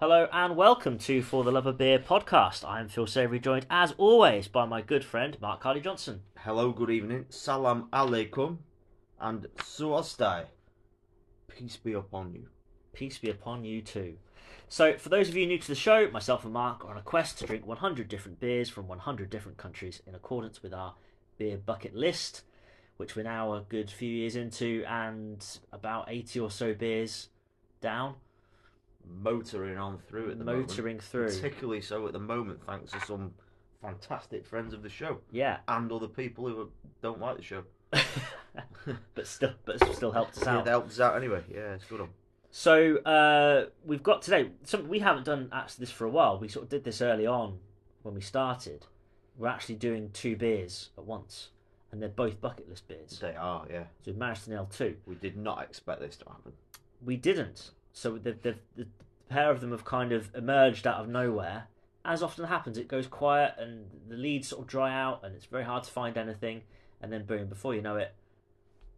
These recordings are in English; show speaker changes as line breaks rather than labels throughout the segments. Hello and welcome to For the Love of Beer podcast. I'm Phil Savory, joined as always by my good friend Mark Carly Johnson.
Hello, good evening, salam alaikum, and suastai. Peace be upon you.
Peace be upon you too. So, for those of you new to the show, myself and Mark are on a quest to drink 100 different beers from 100 different countries in accordance with our beer bucket list, which we're now a good few years into and about 80 or so beers down.
Motoring on through at the
Motoring
moment.
through.
Particularly so at the moment, thanks to some fantastic friends of the show
Yeah,
and other people who don't like the show.
but still, but still helped us out.
It helps out anyway. Yeah, it's good on.
So uh, we've got today something we haven't done actually this for a while. We sort of did this early on when we started. We're actually doing two beers at once, and they're both bucket list beers. So
They are, yeah.
we've managed to nail two.
We did not expect this to happen.
We didn't. So the, the, the pair of them have kind of emerged out of nowhere. As often happens, it goes quiet and the leads sort of dry out, and it's very hard to find anything. And then boom, before you know it,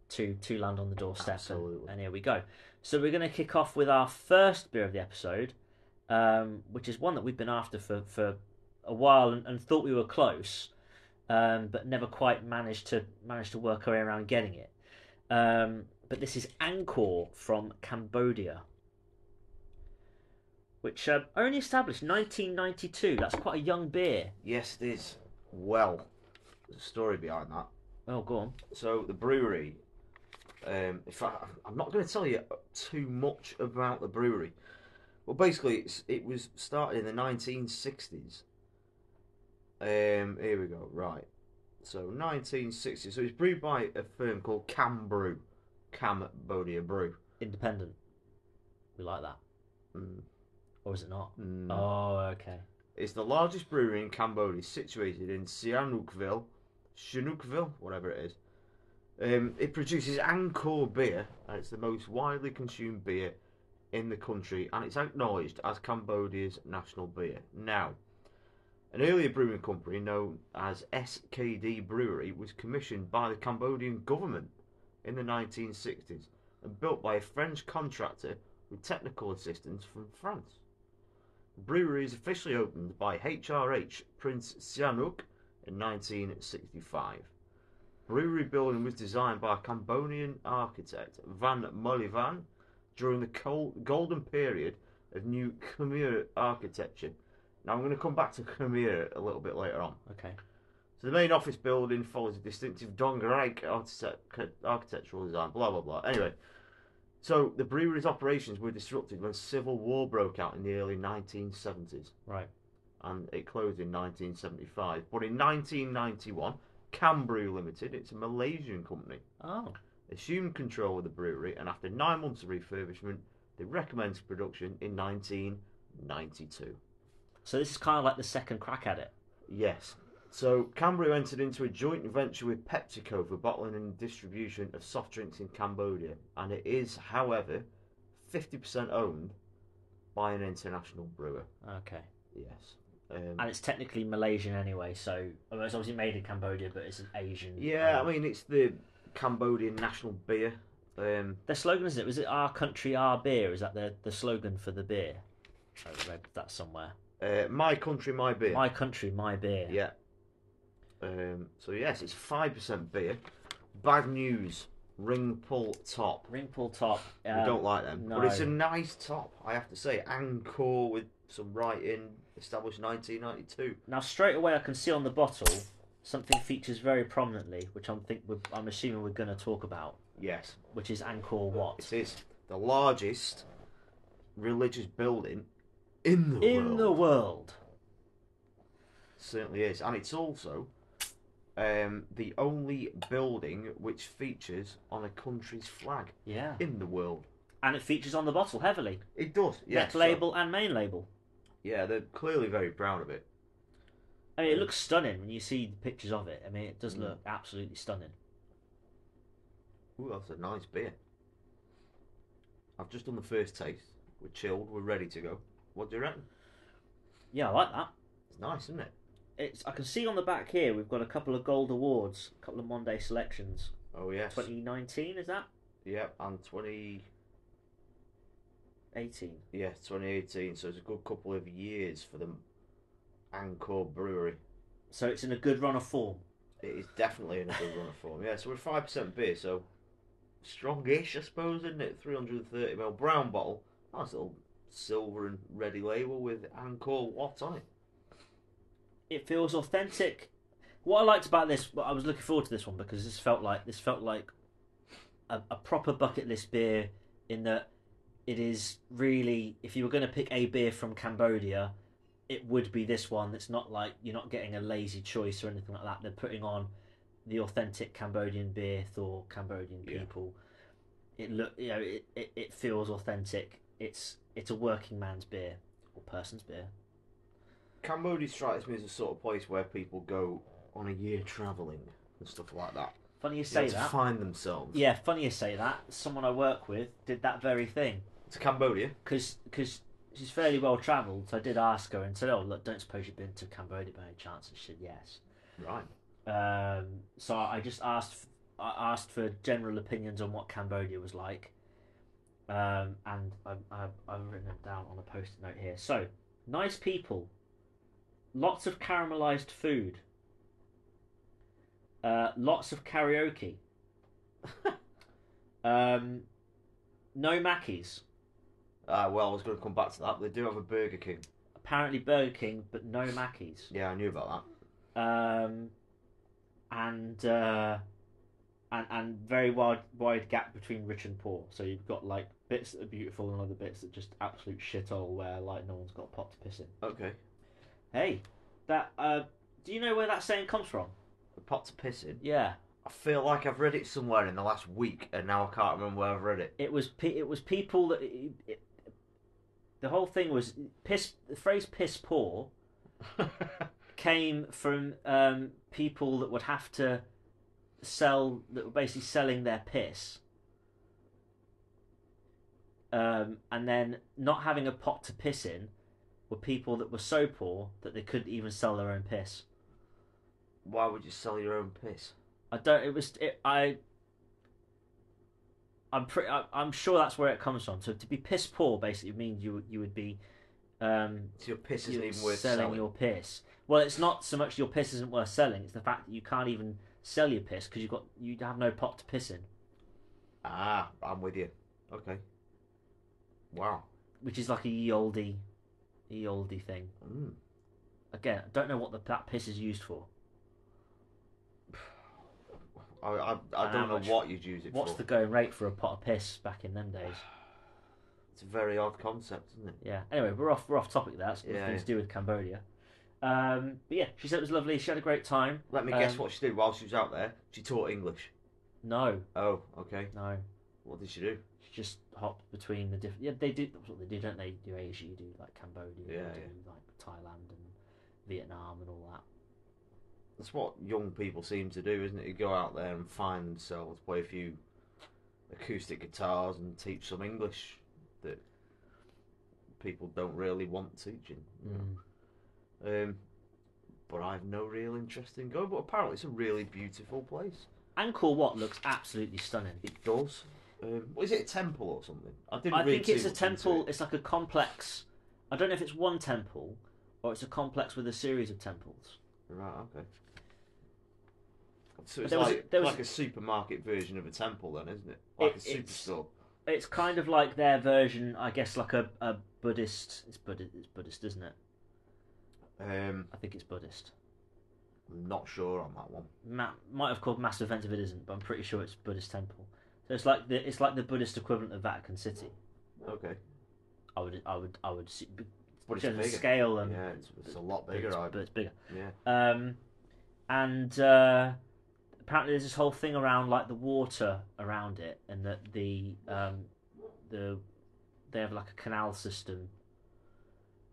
two two land on the doorstep, and-
Absolutely.
and here we go. So we're going to kick off with our first beer of the episode, um, which is one that we've been after for, for a while and, and thought we were close, um, but never quite managed to managed to work our way around getting it. Um, but this is Angkor from Cambodia, which uh, only established 1992. That's quite a young beer.
Yes, it is. Well, there's a story behind that.
Oh, go on.
So the brewery. Um, in fact, I'm not going to tell you too much about the brewery. Well, basically, it's, it was started in the 1960s. Um, here we go. Right. So 1960. So it's brewed by a firm called Cam Brew, Cambodia Brew.
Independent. We like that,
Mm,
or is it not?
mm.
Oh, okay.
It's the largest brewery in Cambodia, situated in Sihanoukville, Chinookville, whatever it is. Um, it produces Angkor beer, and it's the most widely consumed beer in the country, and it's acknowledged as Cambodia's national beer. Now, an earlier brewing company known as SKD Brewery was commissioned by the Cambodian government in the 1960s and built by a French contractor with technical assistance from France. The brewery is officially opened by HRH Prince Sihanouk in 1965. Brewery building was designed by Cambodian architect Van Molivan during the col- golden period of new Khmer architecture. Now I'm going to come back to Khmer a little bit later on.
Okay.
So the main office building follows a distinctive Dongaraik architect- architectural design, blah blah blah. Anyway, so the brewery's operations were disrupted when civil war broke out in the early 1970s,
Right.
and it closed in 1975. But in 1991, Cambrew Limited, it's a Malaysian company,
Oh.
assumed control of the brewery, and after nine months of refurbishment, they recommenced production in 1992.
So this is kind of like the second crack at it.
Yes. So Cambrew entered into a joint venture with PepsiCo for bottling and distribution of soft drinks in Cambodia, and it is, however, 50% owned by an international brewer.
Okay.
Yes. Um,
And it's technically Malaysian anyway, so I mean, it's obviously made in Cambodia, but it's an Asian.
yeah,
um,
I mean it's the Cambodian national beer. Um,
their slogan is it was it our country, our beer? Is that the the slogan for the beer? I read that somewhere.
uh, my country, my beer.
My country, my beer.
Yeah. Um, so yes, it's five percent beer. Bad news. Ring pull top.
Ring pull top. Um,
We don't like them.
no.
But it's a nice top, I have to say. Angkor with some writing, established 1992.
Now straight away, I can see on the bottle something features very prominently, which I'm think we're, I'm assuming we're going to talk about,
Yes.
which is Angkor Wat
It is the largest religious building in the
in
world.
the world.
Certainly is. And it's also um, the only building which features on a country's flag
Yeah,
in the world.
and it features on the bottle heavily,
It does, yes.
neck label and main label.
yeah, they're clearly very proud of it.
I mean, it looks stunning when you see the pictures of it. I mean, it does
Mm.
look absolutely stunning.
Ooh, that's a nice beer. I've just done the first taste. We're chilled. We're ready to go. What do you reckon?
Yeah, I like that.
It's nice, isn't it?
It's I can see on the back here we've got a couple of gold awards, a couple of Monday selections.
Oh yes.
2019 is that?
Yep, and twenty
18.
Yeah, 2018. So it's a good couple of years for the Angkor Brewery.
So it's in a good run of form.
It is definitely in a good run of form. Yeah, so we're five percent beer, so strongish, I suppose, isn't it? 330 ml brown bottle. Nice little silver and ready label with Angkor Wat on it.
It feels authentic. What I liked about this, well, I was looking forward to this one because this felt like this felt like a, a proper bucket list beer. In that it is really, if you were going to pick a beer from Cambodia, it would be this one. That's not like you're not getting a lazy choice or anything like that. They're putting on the authentic Cambodian beer for Cambodian
Yeah.
people. It look, you know, it, it, it feels authentic. It's it's a working man's beer or person's beer.
Cambodia strikes me as the sort of place where people go on a year travelling and stuff like that.
Funny you
You
say
know,
that.
to find themselves.
Yeah, funny you say that. Someone I work with did that very thing
To Cambodia.
because she's fairly well travelled. So I did ask her and said, "Oh, look, don't suppose you've been to Cambodia by any chance?" And she said, "Yes."
Right.
Um, so I just asked I asked for general opinions on what Cambodia was like, um, and I, I, I've written them down on a post-it note here. So nice people, lots of caramelized food, uh, lots of karaoke, um, no Mackies.
Ah, well, I was going to come back to that, but they do have a Burger King.
Apparently Burger King, but no Mackies.
Yeah, I knew about that.
um, and uh, and and very wide wide gap between rich and poor. So you've got like bits that are beautiful and other bits that just absolute shithole where like no one's got a pot to piss in.
Okay.
Hey, that uh, do you know where that saying comes from?
A pot to piss in.
Yeah,
I feel like I've read it somewhere in the last week, and now I can't remember where I've read it.
it was pe- it was people that. It, it, the whole thing was piss. The phrase "piss poor" came from um, people that would have to sell that were basically selling their piss um, and then not having a pot to piss in were people that were so poor that they couldn't even sell their own piss
Why would you sell your own piss?
i don't it was it, i i'm pretty I, i'm sure that's where it comes from so to be piss poor basically means you you would be um
So your piss isn't
you're
even worth
selling,
selling.
your piss. Well, it's not so much your piss isn't worth selling; it's the fact that you can't even sell your piss because you got you have no pot to piss in,
Ah, I'm with you. Okay. Wow.
which is like a ye olde, ye olde thing.
Mm.
Again, I don't know what the, that piss is used for.
I, I,
And
I
how
don't know
much-
what you'd use it
What's
for.
the going rate for a pot of piss back in them days?
It's a very odd concept, isn't it?
Yeah. Anyway, we're off we're off topic. There. That's got
Yeah,
nothing
yeah.
to do with Cambodia. Um, but yeah, she said it was lovely. She had a great time.
Let me guess
Um,
what she did while she was out there. She taught English.
No,
Oh, okay.
no.
What did she do?
She just hopped between the different. Yeah, they do. That's what they do, don't they? You do Asia, you do like Cambodia,
Yeah,
you do like Thailand and Vietnam and all that.
That's what young people seem to do, isn't it? You go out there and find themselves, play a few acoustic guitars and teach some English that people don't really want teaching. you
Mm-hmm.
know. Um, but I have no real interest in going. But apparently, it's a really beautiful place.
Angkor Wat looks absolutely stunning.
It does. Um, what is it a temple or something? I didn't.
I
read
think
too
it's a
much into
temple.
it.
It's like a complex. I don't know if it's one temple or it's a complex with a series of temples.
Right. Okay. So it's
there was a-
like,
there was-
like a supermarket version of a temple, then, isn't it? Like
It-
a
it's-
superstore.
It's kind of like their version, I guess, like a, a Buddhist. It's Buddhist, it's Buddhist, isn't it?
Um,
I think it's Buddhist.
I'm not sure on that one.
Ma- might have called massive event if it isn't, but I'm pretty sure it's Buddhist temple. So it's like the it's like the Buddhist equivalent of Vatican City.
Okay.
I would I would I would see,
But it's
just the
bigger.
scale and
yeah, it's, it's a lot
but it's,
bigger. I,
but it's bigger.
yeah.
Um, and uh, apparently there's this whole thing around like the water around it, and that the um, the they have like a canal system.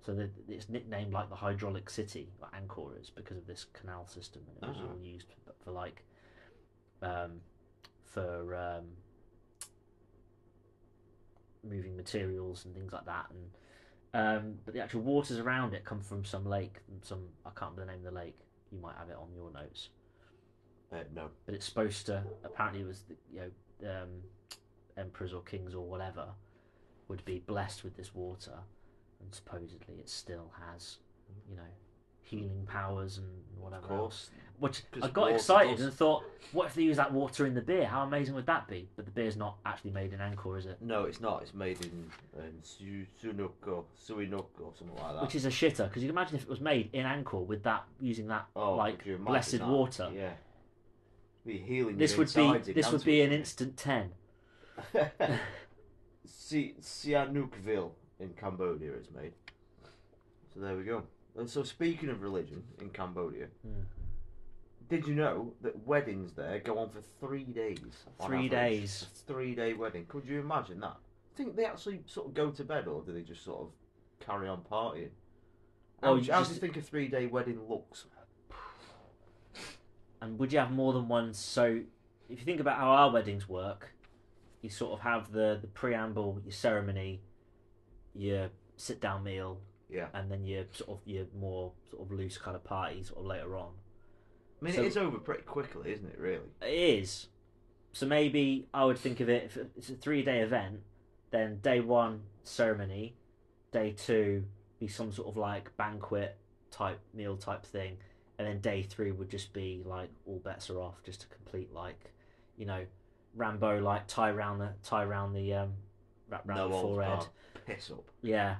So that it's nicknamed like the hydraulic city, like Angkor is, because of this canal system, and it was
Ah.
all used for, for like, um, for um, moving materials and things like that, and um, but the actual waters around it come from some lake, some I can't remember the name of the lake. You might have it on your notes,
Uh, no.
but it's supposed to. Apparently, it was the, you know um, emperors or kings or whatever would be blessed with this water, and supposedly it still has, you know, healing powers and whatever
Of
else.
course.
Which
Because
I got
water
excited
does-
and thought, what if they use that water in the beer? How amazing would that be? But the beer's not actually made in Angkor, is it?
No, it's not. It's made in um, Su- Sunuk or Suinuk or something like that.
Which is a shitter because you can imagine if it was made in Angkor with that using that
oh,
like
could you imagine
blessed
that?
water.
Yeah. Be healing.
This
your
would
insides
be
in
this would be an
Nantes,
instant ten.
wouldn't it? Si- Sihanoukville in Cambodia is made. So there we go. And so speaking of religion in Cambodia,
Hmm.
did you know that weddings there go on for three days? on
Three
average?
days.
A three-day wedding. Could you imagine that? Think they actually sort of go to bed, or do they just sort of carry on partying? How,
Oh,
oh,
you
how do
just-
you think a three-day wedding looks?
And would you have more than one? So if you think about how our weddings work, you sort of have the, the preamble, your ceremony, your sit down meal,
Yeah.
and then your sort of your more sort of loose kind of party sort of later on.
I mean,
So-
it is over pretty quickly, isn't it? Really.
It is. So maybe I would think of it if it's a three day event, then day one ceremony, day two be some sort of like banquet type meal type thing, and then day three would just be like all bets are off, just a complete like, you know, Rambo like tie round the tie round the um wrap round the
holds
forehead.
barred. Piss up.
Yeah.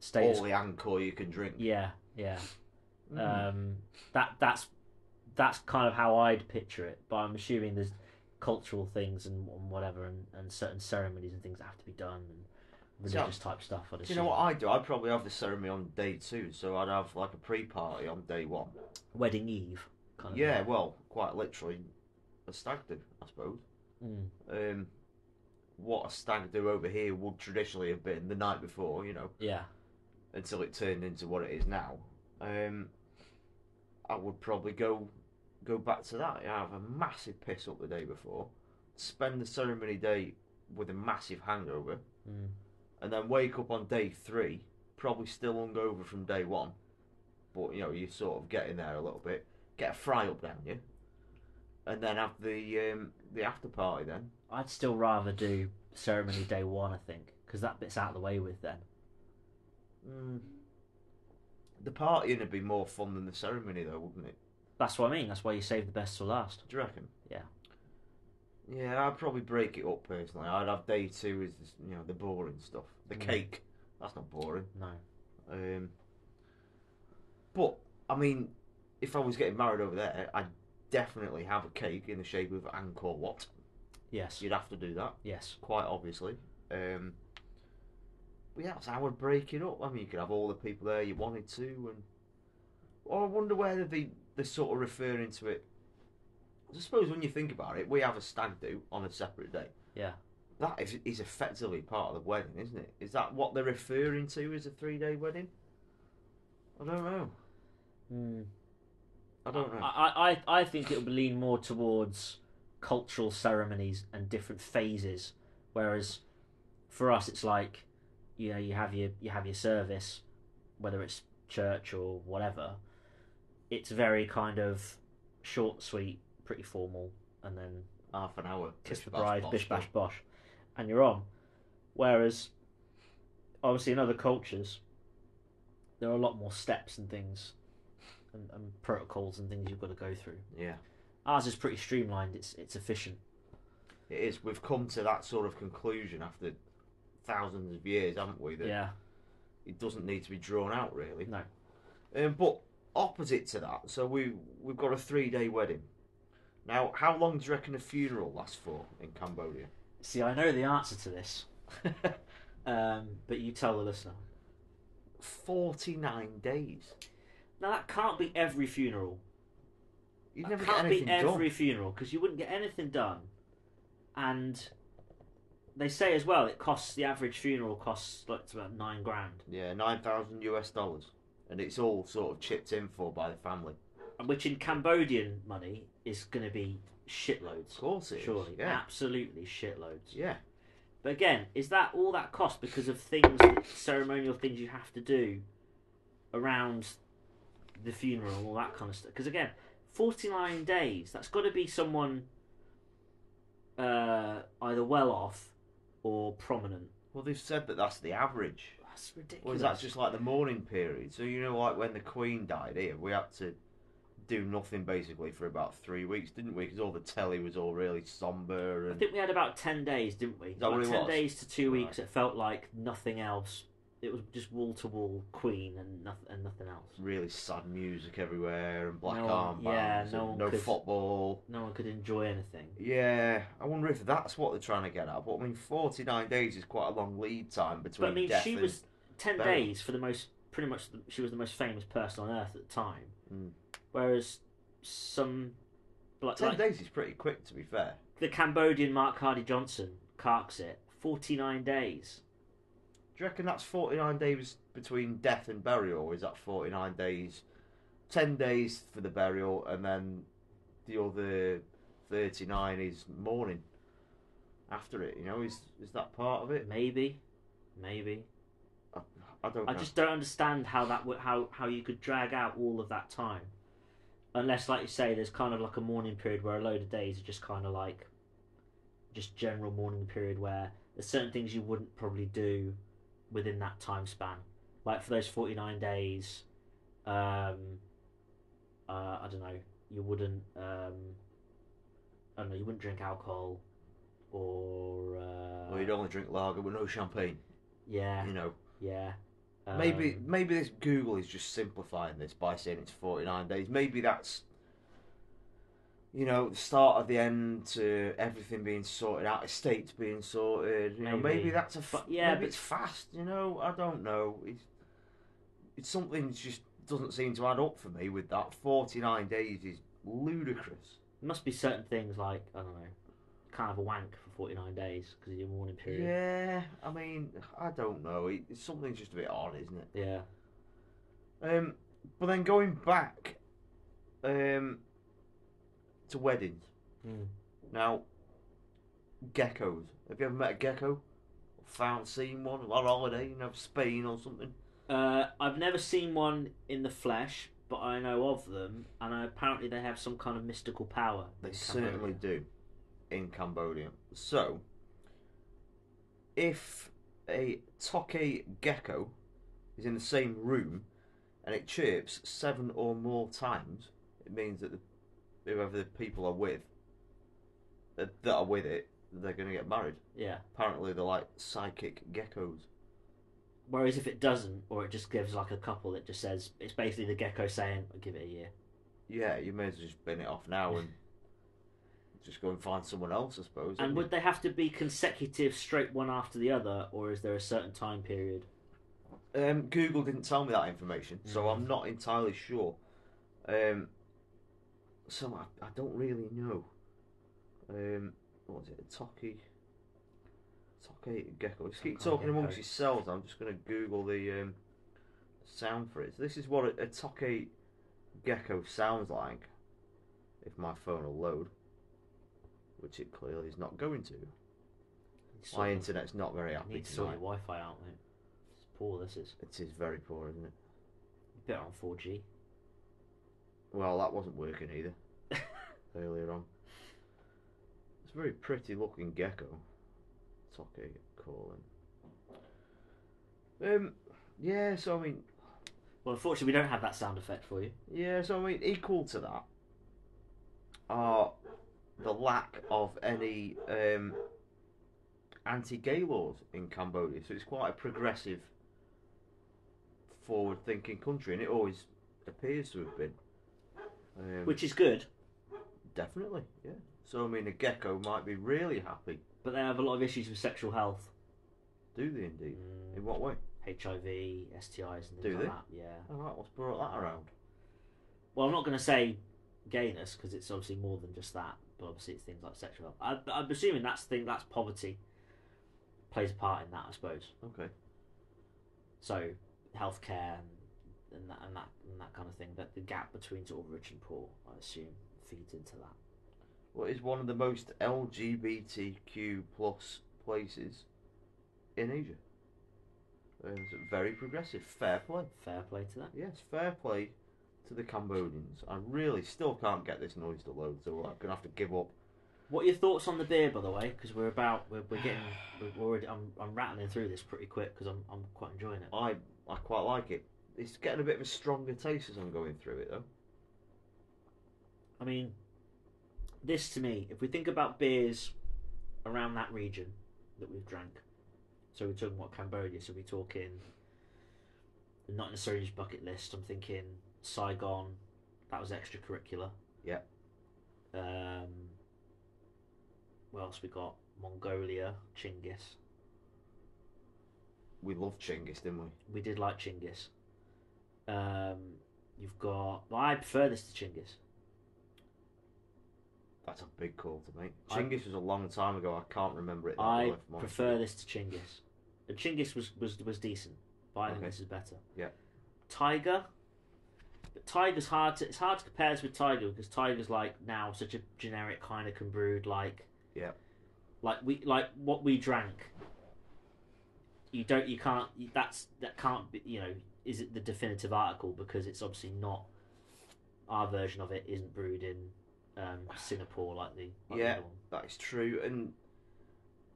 Status
All the alcohol you can drink.
Yeah, yeah.
Mm.
Um, that that's that's kind of how I'd picture it. But I'm assuming there's cultural things and, and whatever, and, and certain ceremonies and things that have to be done, and
So,
religious type stuff. I'd
Do you know
assume.
what I'd do? I'd probably have the ceremony on day two, so I'd have like a pre-party on day one.
Wedding eve, kind of.
Yeah, well, quite literally, a stag do, I suppose.
thing.
Um, what a stag do over here would traditionally have been the night before, you know,
Mm, yeah.
until it turned into what it is now. Um, I would probably go go back to that. I have a massive piss up the day before, spend the ceremony day with a massive hangover,
Mm.
and then wake up on day three, probably still hungover from day one, but you know you sort of get in there a little bit, get a fry up down you, and then have the um, the after party then.
I'd still rather do ceremony day one, I think, because that bit's out of the way with then.
Mm. The partying would be more fun than the ceremony though, wouldn't it?
That's what I mean. That's why you save the best till last.
Do you reckon?
Yeah.
Yeah, I'd probably break it up personally. I'd have day two is you know the boring stuff, the
Mm.
cake. That's not boring.
No.
Um, but I mean, if I was getting married over there, I'd definitely have a cake in the shape of Angkor Wat.
Yes.
You'd have to do that,
Yes.
quite obviously. Um, but yeah, that's how I'd break it up. I mean, you could have all the people there you wanted to, and or I wonder whether they they're sort of referring to it. I suppose when you think about it, we have a stag do on a separate day.
Yeah.
That is, is effectively part of the wedding, isn't it? Is that what they're referring to as a three day wedding? I don't know.
Mm.
I don't know.
I, I, I I think it would lean more towards cultural ceremonies and different phases, whereas for us it's like you know you have your you have your service, whether it's church or whatever. It's very kind of short, sweet, pretty formal, and then
Half an hour.
kiss the
Bish, bash,
bride,
bosh,
bish bash bosh, and you're on. Whereas, obviously, in other cultures, there are a lot more steps and things, and, and protocols and things you've got to go through.
Yeah,
Ours is pretty streamlined. It's it's efficient.
it is. We've come to that sort of conclusion after thousands of years, haven't we? That
Yeah.
it doesn't need to be drawn out really.
No.
Um, but opposite to that, so we we've got a three day wedding. Now, how long do you reckon a funeral lasts for in Cambodia?
See, I know the answer to this, um, but you tell the listener.
Forty nine days.
Now that can't be every funeral.
You
That
never get
can't
anything
be every funeral because you wouldn't get anything done. And they say as well, it costs the average funeral costs like it's about nine grand,
done. Yeah, nine thousand US dollars, and it's all sort of chipped in for by the family.
which in Cambodian money is going to be shitloads.
Of course, it is.
Surely,
Yeah,
absolutely shitloads.
yeah.
But again, is that all that cost because of things, that- ceremonial things you have to do around the funeral and all that kind of stuff? Because again, 49 days, that's got to be someone uh, either well off or prominent
Well, they've said that that's the average.
That's
Well,
ridiculous.
is that just like the mourning period? So you know, like when the Queen died here, we had to do nothing basically for about three weeks, didn't we? Because all the telly was all really somber
I
and
think we had about ten days, didn't we?
Is that
About
what it
ten
was?
days to two
Right.
weeks. It felt like nothing else. It was just wall to wall Queen and nothing and nothing else.
really sad music everywhere and black
No one-
armbands,
yeah,
and
no one
no
could-
football.
No one could enjoy anything.
Yeah, I wonder if that's what they're trying to get at. But I mean, forty-nine days is quite a long lead time between.
But I mean,
death
she
and-
was ten
burial.
days for the most, pretty much. The, she was the most famous person on earth at the time.
Mm.
Whereas some, like,
ten
like
days is pretty quick, to be fair.
the Cambodian Mark Hardy Johnson carks it forty nine days.
Do you reckon that's 49 days between death and burial, or is that 49 days, 10 days for the burial, and then the other 39 is mourning after it? You know, is is that part of it?
Maybe, maybe.
I, I don't
I
know.
just don't understand how that would how how you could drag out all of that time, unless, like you say, there's kind of like a mourning period where a load of days are just kind of like, just general mourning period where there's certain things you wouldn't probably do within that time span. Like for those forty nine days, um, uh, I don't know, you wouldn't, um, I don't know, you wouldn't drink alcohol, or uh,
Well, you'd only drink lager with no champagne,
yeah,
you know.
yeah.
Maybe
Um,
maybe this Google is just simplifying this by saying it's 49 days. Maybe that's you know, the start of the end to everything being sorted out, estates being sorted. You know, maybe
Maybe.
that's a f-
But, yeah,
maybe
but-
it's fast. You know, I don't know. It's it's something that just doesn't seem to add up for me with that. 49 days is ludicrous.
There must be certain things like I don't know, kind of a wank for forty nine days because of your mourning period.
Yeah, I mean, I don't know. It, it's something's just a bit odd, isn't it?
Yeah.
Um, but then going back um, to weddings. Hmm.
Mm.
Now, geckos. Have you ever met a gecko? Found, seen one on holiday, you know, Spain or something?
Uh, I've never seen one in the flesh, but I know of them, and I, apparently they have some kind of mystical power.
They
in
certainly
Cambodia.
do in Cambodia. So, if a toque gecko is in the same room and it chirps seven or more times, it means that the, whoever the people are with that that are with it, they're going to get married.
Yeah.
Apparently, they're like psychic geckos.
Whereas if it doesn't, or it just gives like a couple, it just says it's basically the gecko saying, "Give it a year."
Yeah, you may as well just bin it off now and just go and find someone else, I suppose.
And
wouldn't
would they have to be consecutive, straight one after the other, or is there a certain time period?
Um, Google didn't tell me that information, so
Mm.
I'm not entirely sure. Um, so I, I don't really know. Um, what was it? A Toki. Toki gecko. Just keep
Toki
talking
gecko.
amongst yourselves. I'm just going to Google the um, sound for it. So this is what a, a Toki gecko sounds like. If my phone will load, which it clearly is not going to. My
Sort of-
internet's not very
you
happy
need to sort
tonight.
your Wi-Fi out, mate. It's poor. This is
It is very poor, isn't it?
better on four G.
Well, that wasn't working either. earlier on. It's a very pretty looking gecko. Toki calling. Um, yeah, so I mean,
Well, unfortunately, we don't have that sound effect for you.
yeah, so I mean, equal to that are the lack of any um, anti-gay laws in Cambodia. So it's quite a progressive, forward-thinking country, and it always appears to have been. Um,
Which is good,
Definitely, yeah. So I mean, a gecko might be really happy.
but they have a lot of issues with sexual health.
Do they indeed?
Mm,
In what way?
HIV, STIs, and things
Do
like
they?
that. Yeah.
All right, what's brought that around?
Well, I'm not going to say gayness because it's obviously more than just that, but obviously it's things like sexual health. I, I'm assuming that's the thing, that's poverty plays a part in that, I suppose.
Okay.
So, healthcare and, and, that, and, that, and that kind of thing, that the gap between sort of rich and poor, I assume, feeds into that.
What is one of the most LGBTQ plus places in Asia? Um, so very progressive. Fair play.
Fair play to that.
Yes, fair play to the Cambodians. I really still can't get this noise to load, so I'm gonna have to give up
What are your thoughts on the beer, by the way? Because we're about we're, we're getting we're already I'm, I'm rattling through this pretty quick because I'm I'm quite enjoying it.
I I quite like it. It's getting a bit of a stronger taste as I'm going through it though.
I mean, this to me, if we think about beers around that region that we've drank, so we're talking about Cambodia, so we're talking not necessarily just bucket list. I'm thinking Saigon, that was extracurricular.
Yeah.
Um, what else we got? Mongolia, Chinggis.
We love Chinggis, didn't we?
We did like Chinggis. Um, you've got. Well, I prefer this to Chinggis.
That's a big call to make.
I-
Chinggis was a long time ago. I can't remember it. that
I
well, if I'm honest
prefer
with
this to Chinggis. And Chinggis was, was was decent, but I think
Okay.
this is better.
Yeah.
Tiger. But Tiger's hard to it's hard to compare this with Tiger because Tiger's like now such a generic kind of brewed like
Yeah.
like we like what we drank. You don't you can't you- that's that can't be you know is it the definitive article because it's obviously not our version of it isn't brewed in um, Singapore like the like the
Yeah.
other one.
you. That is true. And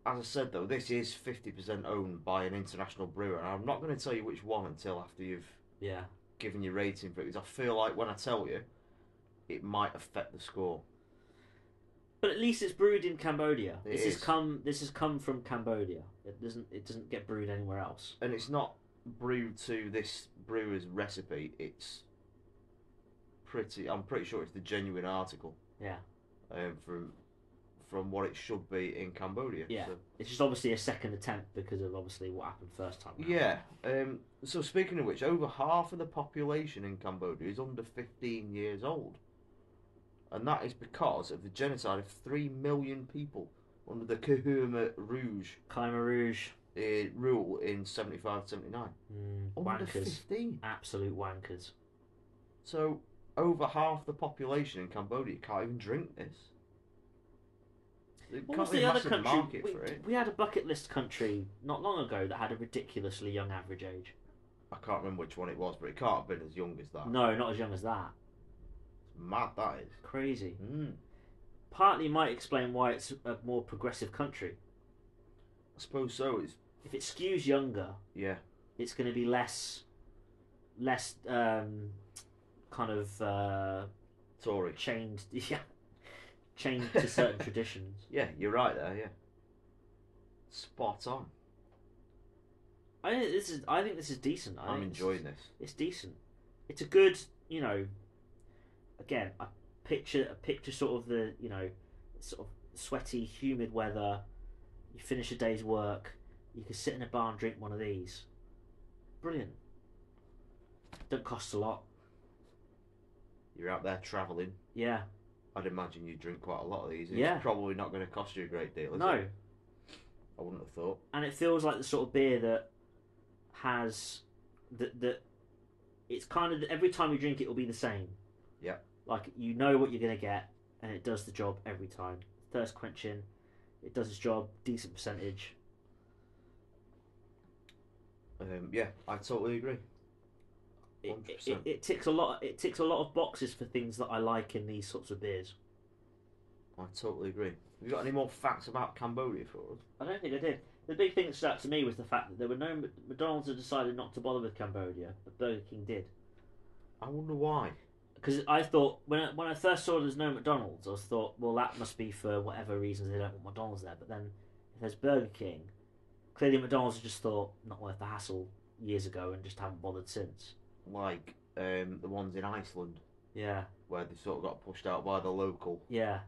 as I said though, this is 50% owned by an international brewer. And I'm not going to tell you which one until after you've
yeah
given your rating for it because I feel like when I tell you, it might affect the score.
But at least it's brewed in Cambodia.
It
this
is.
has come. This has come from Cambodia. It doesn't. It doesn't get brewed anywhere else.
And it's not brewed to this brewer's recipe. It's pretty. I'm pretty sure it's the genuine article.
Yeah.
Um, from from what it should be in Cambodia.
Yeah.
So-
It's just obviously a second attempt because of obviously what happened first time. round.
Yeah. Um, so speaking of which, over half of the population in Cambodia is under 15 years old, and that is because of the genocide of three million people under the Khmer Rouge
Khmer Rouge.
uh, rule in 75 79.
Mm,
Under
wankers.
15.
Absolute wankers.
So over half the population in Cambodia can't even drink this. There
What
can't
was
be
the
a
other
massive
country?
market
we,
for it.
we had a bucket list country not long ago that had a ridiculously young average age.
I can't remember which one it was, but it can't have been as young as that.
No, not as young as that.
It's mad that is.
Crazy.
Mm.
Partly might explain why it's a more progressive country.
I suppose so. It's
If it skews younger,
yeah.
it's going to be less less um, kind of uh,
Tory.
chained yeah chained to certain traditions.
Yeah, you're right there. Yeah. Spot on.
I think this is I think this is decent. I
I'm
think
enjoying this.
It's, it's decent. It's a good you know. Again, I picture I picture sort of the you know sort of sweaty, humid weather. You finish a day's work. You can sit in a bar and drink one of these. Brilliant. Don't cost a lot.
You're out there travelling.
Yeah.
I'd imagine you drink quite a lot of these. It's
Yeah.
probably not going to cost you a great deal, is
no.
it? I wouldn't have thought.
and it feels like the sort of beer that has that that it's kind of every time you drink it will be the same.
Yep.
Like you know what you're gonna get, and it does the job every time. Thirst quenching, it does its job. Decent percentage.
Um, yeah, I totally agree.
It, it,
100%.
it, it ticks a lot. It ticks a lot of boxes for things that I like in these sorts of beers.
I totally agree. Have you got any more facts about Cambodia for us?
I don't think I did. The big thing that stood out to me was the fact that there were no McDonald's had decided not to bother with Cambodia, but Burger King did.
I wonder why.
because I thought when I, when I first saw there's no McDonald's, I was thought, well, that must be for whatever reasons they don't want McDonald's there. But then if there's Burger King, clearly McDonald's just thought not worth the hassle years ago and just haven't bothered since.
Like um, the ones in Iceland,
Yeah,
where they sort of got pushed out by the local
yeah.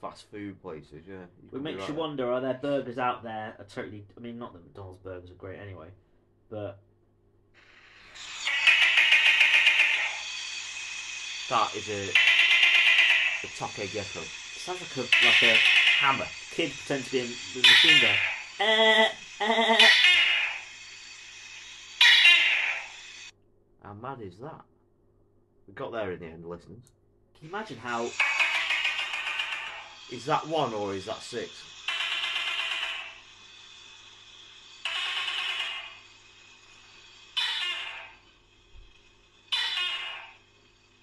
fast food places. Yeah, you
It
could be
makes you
right.
wonder: are there burgers out there? Are totally? I mean, not that McDonald's burgers are great anyway, but
That is a the Take Gecko
it sounds like a like a
hammer.
kid pretends to be a a machine gun. Eh, eh.
How mad is that? We got there in the end, listeners.
Can you imagine how
Is that one or is that six?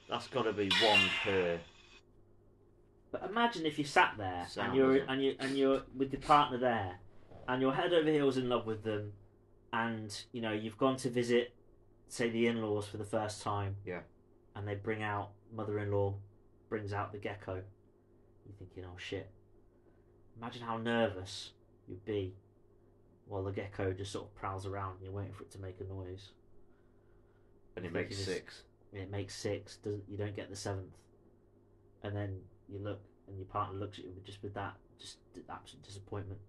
That's got to be one per.
But But imagine if you sat there
Sound,
and you're
isn't it?
and you and you're with your partner there, and you're head over heels in love with them, and you know you've gone to visit, say the in-laws for the first time.
Yeah.
And they bring out mother-in-law, brings out the gecko. You're thinking, oh shit. Imagine how nervous you'd be, while the gecko just sort of prowls around and you're waiting for it to make a noise.
and it
I think
makes
it is.
six.
And it makes six. Doesn't you don't get the seventh, and then you look and your partner looks at you with- just with that just d- absolute disappointment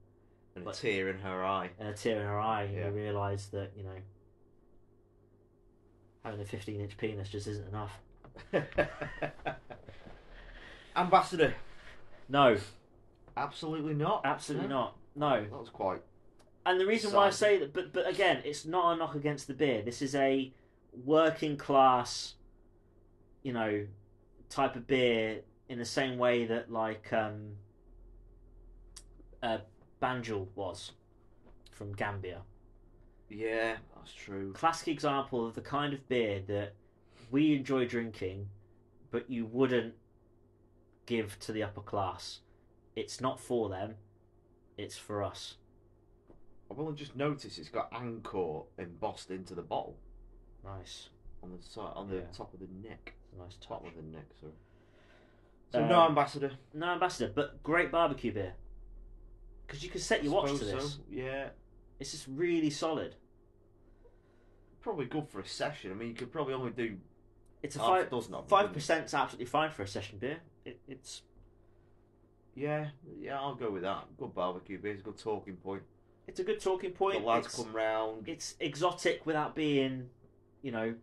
And a
But-
tear in her eye.
and a tear in her eye, and
Yeah.
you realise that you know having a fifteen-inch penis just isn't enough.
Ambassador,
No,
absolutely not.
absolutely
No.
not. No,
That was quite.
and the reason why I
Sorry.
say that, but but again, it's not a knock against the beer. This is a working class, you know, type of beer in the same way that like um, uh, Banjul was from Gambia.
Yeah, that's true.
Classic example of the kind of beer that we enjoy drinking, but you wouldn't give to the upper class. It's not for them. It's for us.
I've only just noticed it's got Angkor embossed into the bottle
Nice,
on the side, on the
Yeah.
top of the neck,
It's a nice touch.
top of the neck. Sorry. So no
Um,
ambassador.
No ambassador, but great barbecue beer. Because you can set your watch to
Suppose
this.
so, Yeah,
It's just really solid.
probably good for a session. I mean, you could probably only do
It's a
half
five.
a dozen of them,
Five
wouldn't you?
percent's absolutely fine for a session beer. It, it's
Yeah, yeah, I'll go with that. Good barbecue beers, good talking point.
it's a good talking point.
the lads
it's,
come round.
it's exotic without being, you know,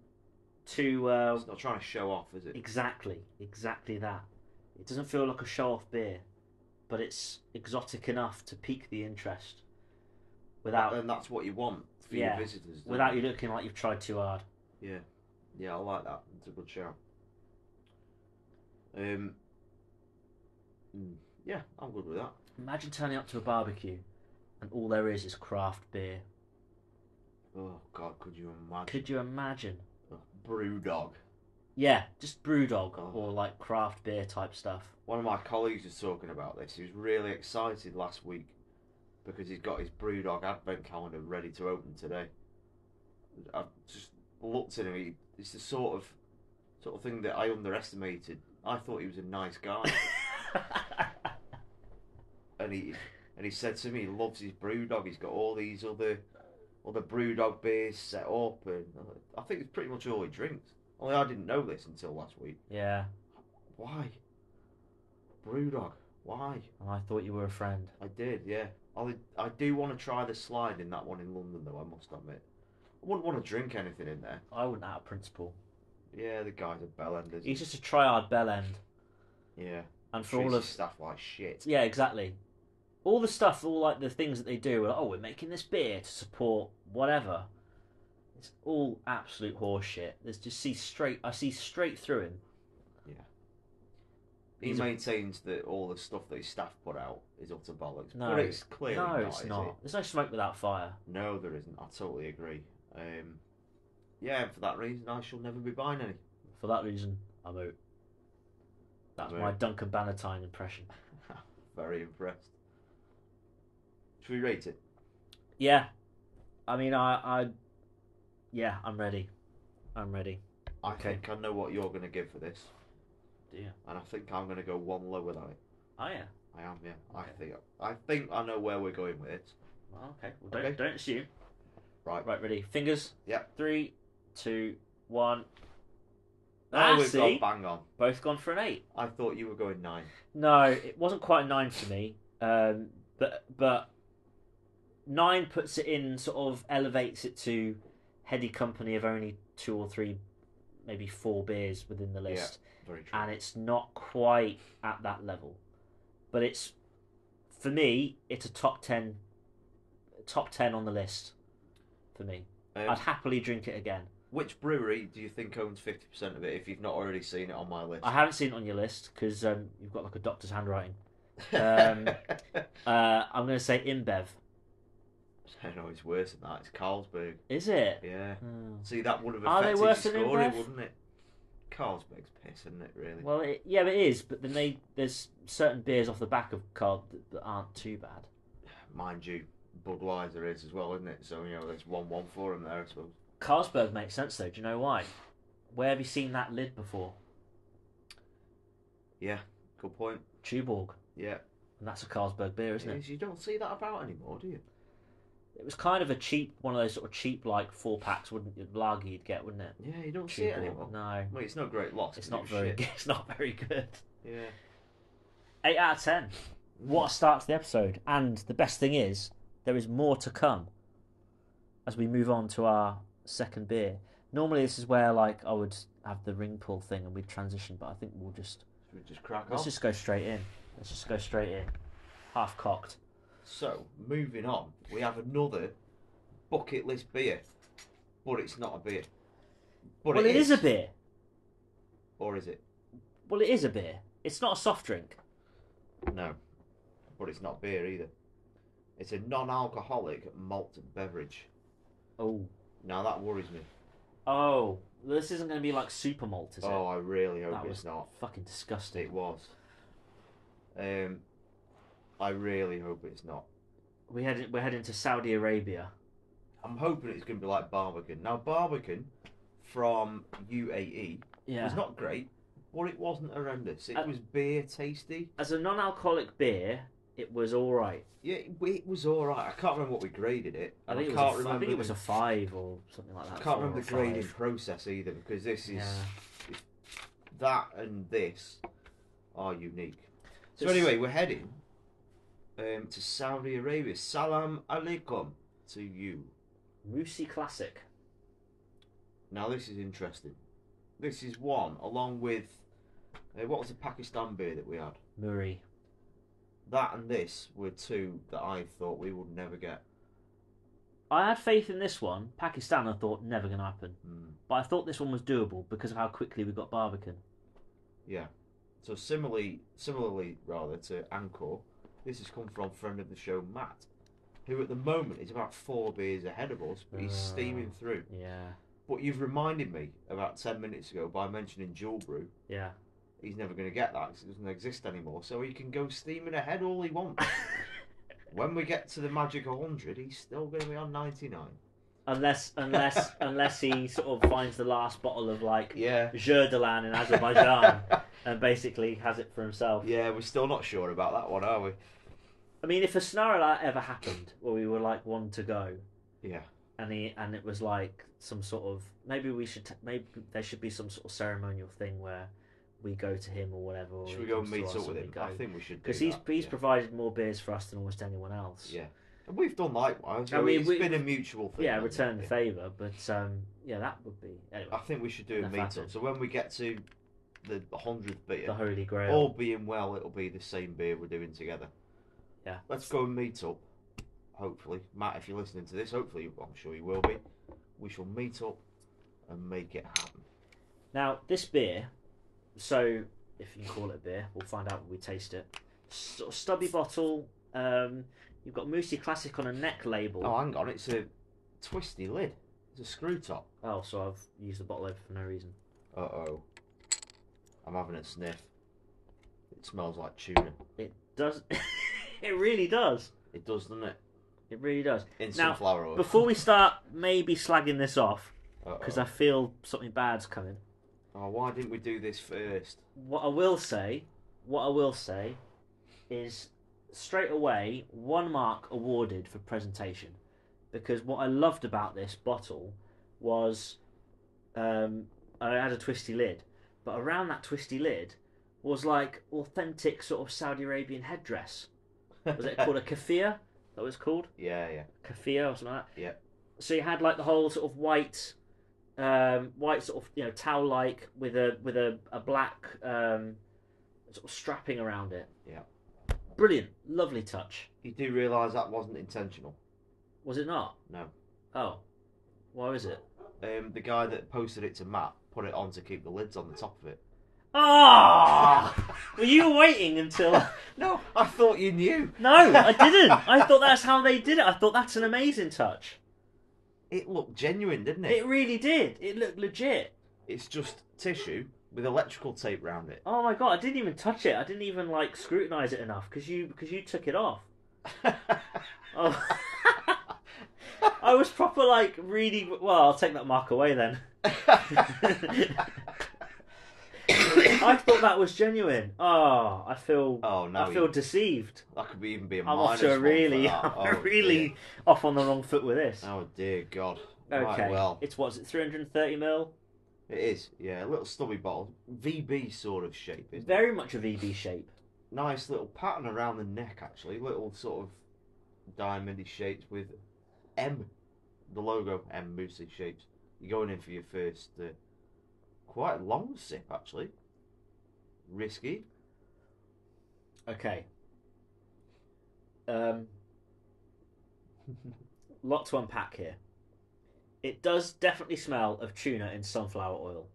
too uh,
It's not trying to show off, is it?
exactly exactly that. It doesn't feel like a show off beer, but it's exotic enough to pique the interest without
and that's what you want for
Yeah,
your visitors. don't
without
you?
you looking like you've tried too hard.
Yeah, yeah, I like that. It's a good shout. Um, mm, yeah, I'm good with that.
Imagine turning up to a barbecue, and all there is is craft beer.
Oh God, could you imagine
Could you imagine?
a brew dog?
Yeah, just brewdog
Oh.
or like craft beer type stuff.
One of my colleagues was talking about this. He was really excited last week because he's got his brew dog advent calendar ready to open today. I just looked at him. He, it's the sort of sort of thing that I underestimated. I thought he was a nice guy. and he and he said to me he loves his brew dog. He's got all these other other brew dog beers set up, and I think it's pretty much all he drinks. Only I didn't know this until last week.
yeah,
Why? Brew dog. Why?
and I thought you were a friend.
I did, yeah. I I do want to try the slide in that one in London though. I must admit, I wouldn't want to drink anything in there.
I wouldn't out of principle.
Yeah, the guy's a bellender.
He's just a tryhard bell end,
yeah,
and for
treats
all
his
of
stuff like shit.
yeah, exactly. All the stuff, all like the things that they do. Like, oh, we're making this beer to support whatever. It's all absolute horseshit. There's just see straight. I see straight through him.
He
He's a-
maintains that all the stuff that his staff put out is utter bollocks.
No,
but it's clearly
no,
not.
it's
is
not.
it?
There's no smoke without fire.
No, there isn't. I totally agree. Um, yeah, and for that reason, I shall never be buying any.
For that reason, I'm out. That's
I'm
my
out.
Duncan Bannatyne impression.
Very impressed. Should we rate it?
Yeah, I mean, I, I, yeah, I'm ready. I'm ready.
I
Okay.
think I know what you're going to give for this,
Yeah.
and I think I'm going to go one lower than it.
Oh yeah.
I am, yeah. I
Okay.
think I think I know where we're going with it.
Well, okay. Well, don't
Okay.
don't assume.
Right.
Right. Ready. Fingers.
Yep.
Three, two, one.
Now
Ah,
we've
see?
gone bang on.
Both gone for an eight.
I thought you were going nine.
No, it wasn't quite a nine for me. Um, but but nine puts it in sort of elevates it to heady company of only two or three, maybe four beers within the
Yeah.
list.
Very true.
and it's not quite at that level. But it's for me, it's a top ten, top ten on the list for me.
Um,
I'd happily drink it again.
which brewery do you think owns fifty percent of it? If you've not already seen it on my list.
I haven't seen it on your list because um, you've got like a doctor's handwriting. um, Uh, I'm going to say InBev.
no, it's worse than that. It's Carlsberg.
Is it?
Yeah.
Oh.
See, that would have
Are they
affected your
worse than
scoring,
InBev?
wouldn't it? Carlsberg's piss, isn't it? Really?
Well, it, yeah, it is, but then they there's certain beers off the back of Carl that, that aren't too bad.
Mind you, Budweiser is as well, isn't it? So you know, there's one one for him there, I suppose.
Carlsberg makes sense though. Do you know why? Where have you seen that lid before?
Yeah, good point.
Tuborg,
Yeah,
and that's a Carlsberg beer, isn't it?
Yes, you don't see that about anymore, do you?
It was kind of a cheap one of those sort of cheap like four packs, wouldn't it? Lager you'd get, wouldn't it?
Yeah, you don't see it
Tuborg.
anymore.
No,
Well, it's no great loss. 'cause
it's
it
not
was
very.
shit.
Good. It's not very good.
Yeah.
Eight out of ten. What a start to the episode! And the best thing is, there is more to come as we move on to our second beer. Normally, this is where like I would have the ring pull thing and we'd transition, but I think we'll just
Should we just crack on?
let's just go straight in. Let's just go straight in, half cocked.
So, moving on, we have another bucket list beer, but it's not a beer. But
well, it is. a beer.
Or is it?
Well, it is a beer. It's not a soft drink.
No. But it's not beer either. It's a non alcoholic malt beverage.
Oh,
Now, that worries me.
oh, this isn't going to be like super malt, is it?
Oh, I really hope
that
it's
was
not.
fucking disgusting.
It was. Um, I really hope it's not.
We head we're heading to Saudi Arabia.
I'm hoping it's going to be like Barbican. Now, Barbican from E UAE
Yeah.
was not great, but it wasn't horrendous. It
Uh,
was beer tasty.
As a non-alcoholic beer, it was all right.
Yeah, it, it was all right. I can't remember what we graded it.
I
and
think, it
can't
was a, I
remember.
think it was
the-
a five or something like that.
I can't
four
remember
or
the grading
five.
process either because this is
Yeah.
that and this are unique. So
This-
anyway, we're heading um, to Saudi Arabia. Salam alaikum to you.
Moosey Classic.
Now this is interesting. This is one along with uh, what was the Pakistan beer that we had.
Murray.
That and this were two that I thought we would never get.
I had faith in this one. Pakistan, I thought, never going to happen.
Mm.
But I thought this one was doable because of how quickly we got Barbican.
So similarly, similarly rather to Anchor, this has come from friend of the show Matt, who at the moment is about four beers ahead of us, but he's
Ah.
steaming through.
Yeah.
But you've reminded me about ten minutes ago by mentioning dual brew.
Yeah.
He's never going to get that 'cause it doesn't exist anymore. So he can go steaming ahead all he wants. when we get to the magic 100, he's still going to be on 99.
unless, unless, unless he sort of finds the last bottle of like
Yeah.
Jerdalan in Azerbaijan and basically has it for himself.
yeah, we're still not sure about that one, are we?
I mean, if a scenario like that ever happened where we were like one to go,
Yeah.
and he and it was like some sort of maybe we should t- maybe there should be some sort of ceremonial thing where we go to him or whatever. Or
Should
he
we go and
comes to
meet
us
up with
and we
him?
go.
I think we should.
because
do
he's
that,
he's
yeah.
provided more beers for us than almost anyone else.
Yeah. And we've done likewise. I
I mean,
mean, it's
we-
been a mutual thing.
yeah,
hasn't
return the
it?
favour, but um, yeah, that would be uh, anyway,
I think we should do a
Enough
meetup.
happened.
So when we get to the hundredth
the
beer,
Holy Grail.
all being well, it'll be the same beer we're doing together.
Yeah.
Let's go and meet up. Hopefully, Matt, if you're listening to this, hopefully, I'm sure you will be. We shall meet up and make it happen.
Now this beer, so if you can call it a beer, we'll find out when we taste it. Sort of stubby bottle. Um, you've got Moosey Classic on a neck label.
Oh, hang on, it's a twisty lid. It's a screw top.
oh, so I've used the bottle opener for no reason.
Uh oh. I'm having a sniff. It smells like tuna.
It does. it really does.
It does, doesn't it?
It really does.
In
Now,
sunflower oil.
Before we start, maybe slagging this off
Uh-oh.
because I feel something bad's coming.
Oh, why didn't we do this first?
What I will say, what I will say, is straight away one mark awarded for presentation because what I loved about this bottle was um, I had a twisty lid, but around that twisty lid was like authentic sort of Saudi Arabian headdress. Was it called a kafir? That was called.
yeah, yeah.
kafir or something like that.
Yeah.
So you had like the whole sort of white, um, white sort of you know towel like with a with a, a black um, sort of strapping around it.
Yeah.
Brilliant, lovely touch.
You do realise that wasn't intentional.
Was it not?
No.
Oh, why was it?
Um, the guy that posted it to Matt put it on to keep the lids on the top of it.
Ah! Were you waiting until?
no, I thought you knew.
No, I didn't. I thought that's how they did it. I thought that's an amazing touch.
It looked genuine, didn't it?
It really did. It looked legit.
It's just tissue with electrical tape round it.
Oh my god! I didn't even touch it. I didn't even like scrutinize it enough because you because you took it off. Oh. I was proper like really well. I'll take that mark away then. I thought that was genuine. Oh, I feel
oh no,
I feel deceived.
that could be even be a
I'm off
minus
to a
one for
really,
that.
I'm
Oh,
really off on the wrong foot with this.
dear. Oh dear God.
okay,
Right, well,
it's what's it 330 mil?
it is. Yeah, a little stubby bottle, VB sort of shape. Isn't it?
Very much a VB shape.
Nice little pattern around the neck, actually. Little sort of diamondy shapes with M, the logo M Moosey shapes. You're going in for your first uh, quite long sip, actually. Risky.
Okay. Um, lot to unpack here. It does definitely smell of tuna in sunflower oil.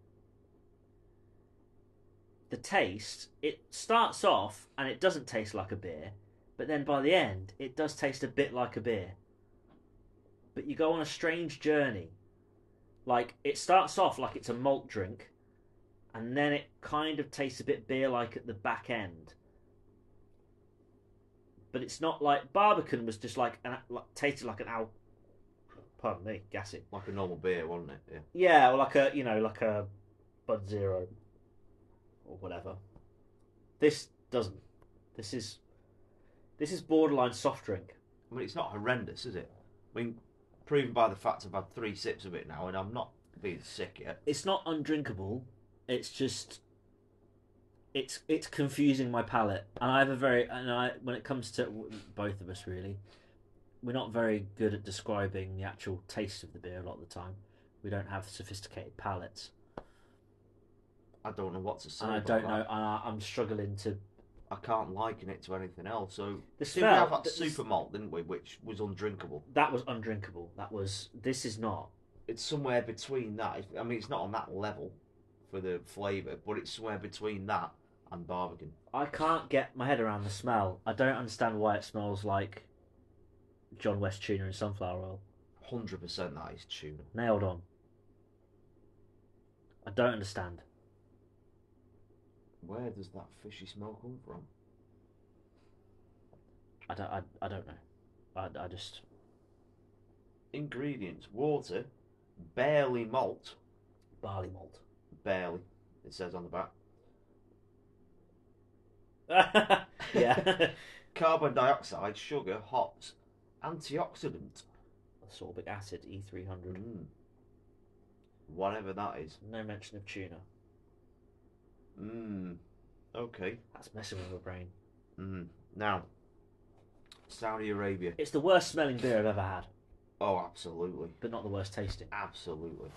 The taste, it starts off and it doesn't taste like a beer, but then by the end, it does taste a bit like a beer. But you go on a strange journey. Like, it starts off like it's a malt drink, and then it kind of tastes a bit beer like at the back end but it's not like Barbican was just like an like, tasted like an al. Pardon me, gassy.
Like a normal beer, wasn't it? Yeah.
Yeah, or like a you know like a Bud Zero or whatever. This doesn't. This is this is borderline soft drink.
I mean, it's not horrendous, is it? I mean, proven by the fact I've had three sips of it now, and I'm not being sick yet.
It's not undrinkable. It's just it's it's confusing my palate, and I have a very and I when it comes to both of us really, we're not very good at describing the actual taste of the beer a lot of the time. We don't have sophisticated palates.
I don't know what to say.
and I
about
don't
that.
know, and I, I'm struggling to.
I can't liken it to anything else. So
The
did we have
smell
that
th-
super malt, didn't we? Which was undrinkable.
that was undrinkable. That was this is not.
It's somewhere between that. If- I mean, it's not on that level for the flavour, but it's somewhere between that and Barbican.
I can't get my head around the smell. I don't understand why it smells like John West tuna and sunflower oil.
Hundred percent, that is tuna.
Nailed on. I don't understand.
Where does that fishy smell come from?
I don't. I, I don't know. I, I just.
Ingredients: water, barley malt,
Barley malt.
barley. It says on the back.
yeah. That's
Carbon dioxide, sugar, hops, antioxidant.
Sorbic acid E E300.
Mm. Whatever that is.
No mention of tuna.
Mm. Okay.
That's messing with my brain.
Mm. Now, Saudi Arabia.
It's the worst smelling beer I've ever had,
Oh, absolutely.
but not the worst tasting.
Absolutely.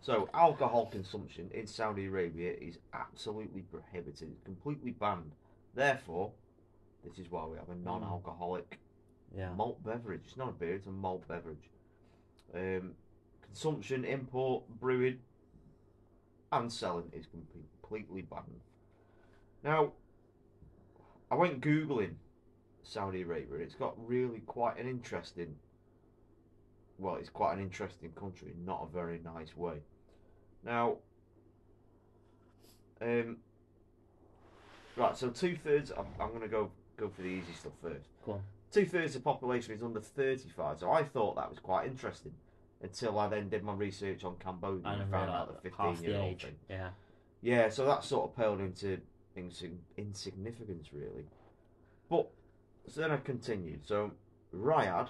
So, alcohol consumption in Saudi Arabia is absolutely prohibited, completely banned. Therefore, this is why we have a non alcoholic
Yeah.
malt beverage. It's not a beer, it's a malt beverage. Um, consumption, import, brewing, and selling is com- completely banned. Now, I went googling Saudi Arabia. It's got really quite an interesting. Well, it's quite an interesting country, in not a very nice way. Now, um, right. So two thirds. I'm, I'm gonna go go for the easy stuff first
Go on.
two thirds of the population is under 35. So I thought that was quite interesting until I then did my research on Cambodia
I
and,
didn't
found
realise
out the
that half
15
the
year old
age.
thing.
Yeah.
Yeah, so that sort of paled into insig- insignificance, really. But so then I continued. So Riyadh,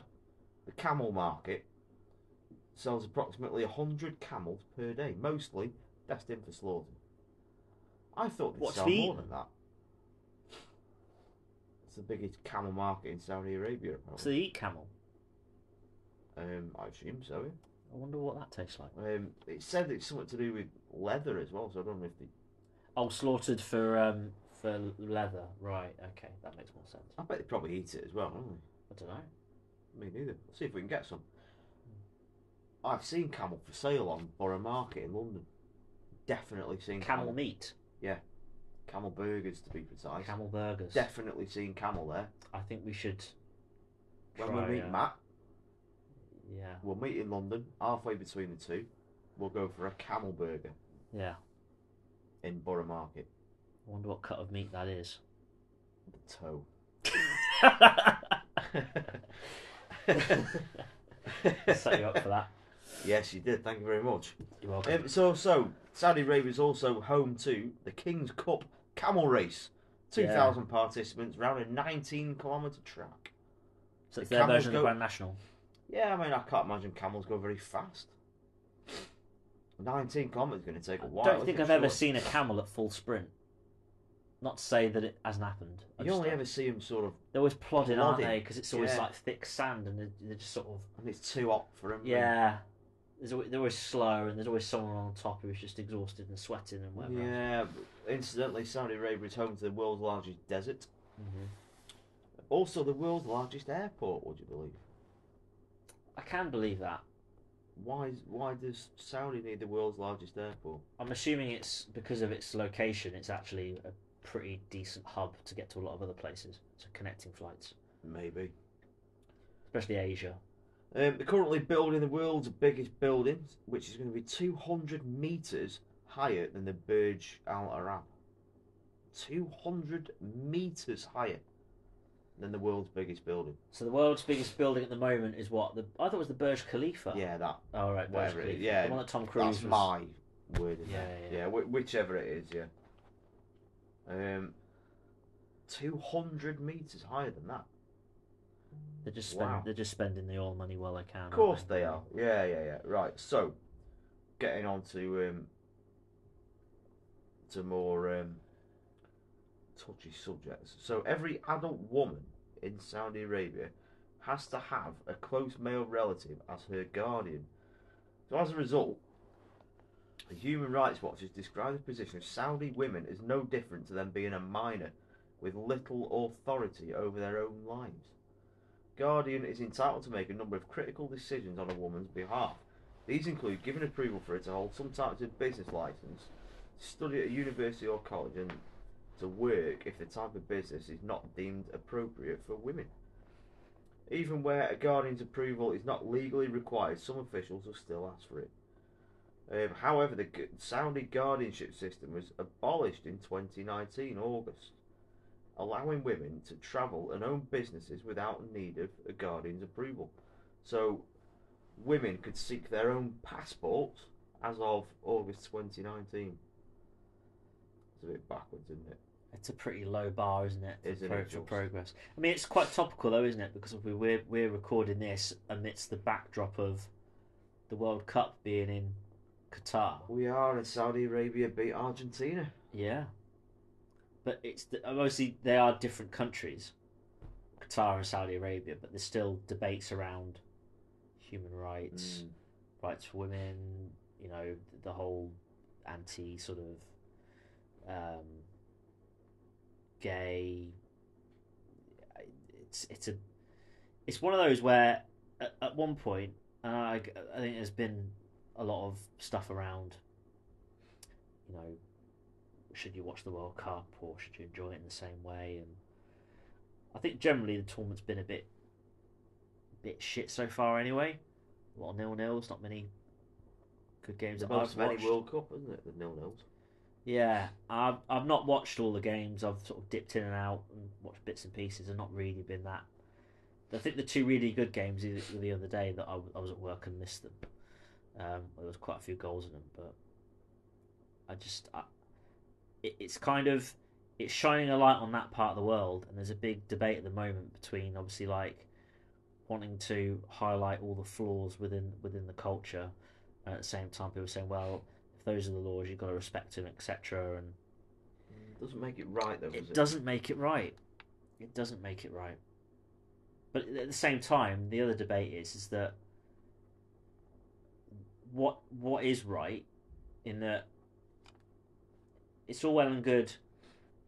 the camel market, sells approximately 100 camels per day, mostly destined for slaughter. I thought they'd
What's
sell
to be
more
eaten?
than that. It's the biggest camel market in Saudi Arabia, apparently.
So they eat camel.
Um, I assume so. yeah.
I wonder what that tastes like.
Um, it said it's something to do with leather as well, so I don't know if they.
Oh, slaughtered for um for leather. Right. Okay, that makes more sense.
I bet they probably eat it as well, don't
I don't know.
they? Me neither. Let's see if we can get some. I've seen camel for sale on Borough Market in London. Definitely seen
Camel meat.
Camel burgers, to be precise.
Camel burgers.
Definitely seen camel there.
I think we should.
When
try,
we meet
uh,
Matt,
Yeah.
we'll meet in London, halfway between the two. We'll go for a camel burger.
Yeah.
in Borough Market.
I wonder what cut of meat that is.
The toe.
Set you up for that.
yes, you did. Thank you very much.
You're welcome.
Um, so, so Saudi Arabia is also home to the King's Cup Camel Race. Two thousand participants round a nineteen-kilometer track.
so it's
the
their
camels
version of
go-
the Grand National.
Yeah, I mean, I can't imagine camels go very fast. Nineteen kilometers going to take a while.
I don't think
isn't it,
I've ever
surely?
seen a camel at full sprint. Not to say that it hasn't happened. I
You
just-
only ever see them sort of,
They're always plodding, aren't
Plodding.
they? Because it's always
Yeah.
like thick sand and they're, they're just sort of.
and it's too hot for them.
Yeah. There's always, they're always slow and there's always someone on top who's just exhausted and sweating and whatever. else.
Yeah. Incidentally, Saudi Arabia is home to the world's largest desert.
Mhm.
Also, the world's largest airport. Would you believe?
I can believe that.
Why? is- Why does Saudi need the world's largest airport?
I'm assuming it's because of its location, it's actually a pretty decent hub to get to a lot of other places. So connecting flights,
Maybe.
especially Asia.
Um, they're currently building the world's biggest building, which is going to be 200 meters higher than the Burj Al Arab. 200 meters higher than the world's biggest building.
So the world's biggest building at the moment is what? The I thought it was the Burj Khalifa.
Yeah, that.
All right, Burj
Whatever it is,
Khalifa.
yeah.
The one that Tom Cruise
That's
was.
my word. Isn't
Yeah,
it?
yeah, yeah.
whi- whichever it is, yeah. Um, 200 meters higher than that.
They're just spend,
Wow.
they're just spending the oil money while they can.
Of
aren't
course they are. Yeah, yeah, yeah. Right. So, getting on to um, to more um, touchy subjects. So, every adult woman in Saudi Arabia has to have a close male relative as her guardian. So, as a result, the Human Rights Watch has described the position of Saudi women as no different to them being a minor, with little authority over their own lives. Guardian is entitled to make a number of critical decisions on a woman's behalf. These include giving approval for her to hold some types of business license, to study at a university or college, and to work if the type of business is not deemed appropriate for women. Even where a guardian's approval is not legally required, some officials will still ask for it. Um, however, the gu- Saudi guardianship system was abolished in 2019 August allowing women to travel and own businesses without need of a guardian's approval. So, women could seek their own passports as of August 2019. It's a bit backwards, isn't it?
It's a pretty low bar, isn't it? for
Isn't
pro-
it
for
just?
progress. I mean, it's quite topical though, isn't it? Because we- we're we're recording this amidst the backdrop of the World Cup being in Qatar.
We are, and Saudi Arabia beat Argentina.
Yeah, but it's the, obviously they are different countries, Qatar and Saudi Arabia, but there's still debates around human rights,
Mm.
rights for women. You know, the whole anti sort of um, gay. It's it's a it's one of those where at, at one point, and I, I think there's been a lot of stuff around. You know, should you watch the World Cup or should you enjoy it in the same way? And I think generally the tournament's been a bit, bit shit so far. Anyway, a lot of nil nils, not many good
It's
games.
the
that I've
most of any
watched.
World Cup, isn't it? The nil nils.
Yeah, I've I've not watched all the games. I've sort of dipped in and out and watched bits and pieces, and not really been that. I think the two really good games the, the other day that I, w- I was at work and missed them. Um, there was quite a few goals in them, but I just I, it, it's kind of it's shining a light on that part of the world, and there's a big debate at the moment between obviously like wanting to highlight all the flaws within within the culture, and at the same time people saying, well, if those are the laws, you've got to respect them, etc. And
Mm. Doesn't make it right, though, does
it
it?
doesn't make it right. It doesn't make it right. But at the same time, the other debate is is that what what is right in that it's all well and good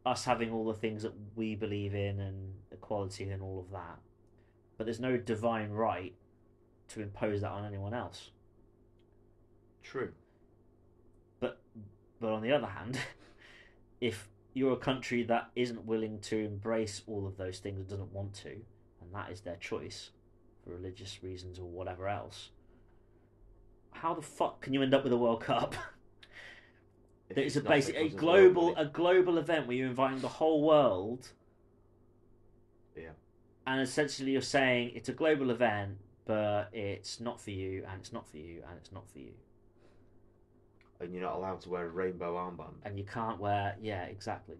us having all the things that we believe in and equality and all of that, but there's no divine right to impose that on anyone else.
True.
But but on the other hand, if you're a country that isn't willing to embrace all of those things and doesn't want to, and that is their choice for religious reasons or whatever else, how the fuck can you end up with a World Cup
if
It's a
not
basic a
because of the
global
money.
a global event where you're inviting the whole world.
Yeah.
And essentially, you're saying it's a global event, but it's not for you, and it's not for you, and it's not for you,
and you're not allowed to wear a rainbow armband.
um, and you can't wear. Yeah, exactly.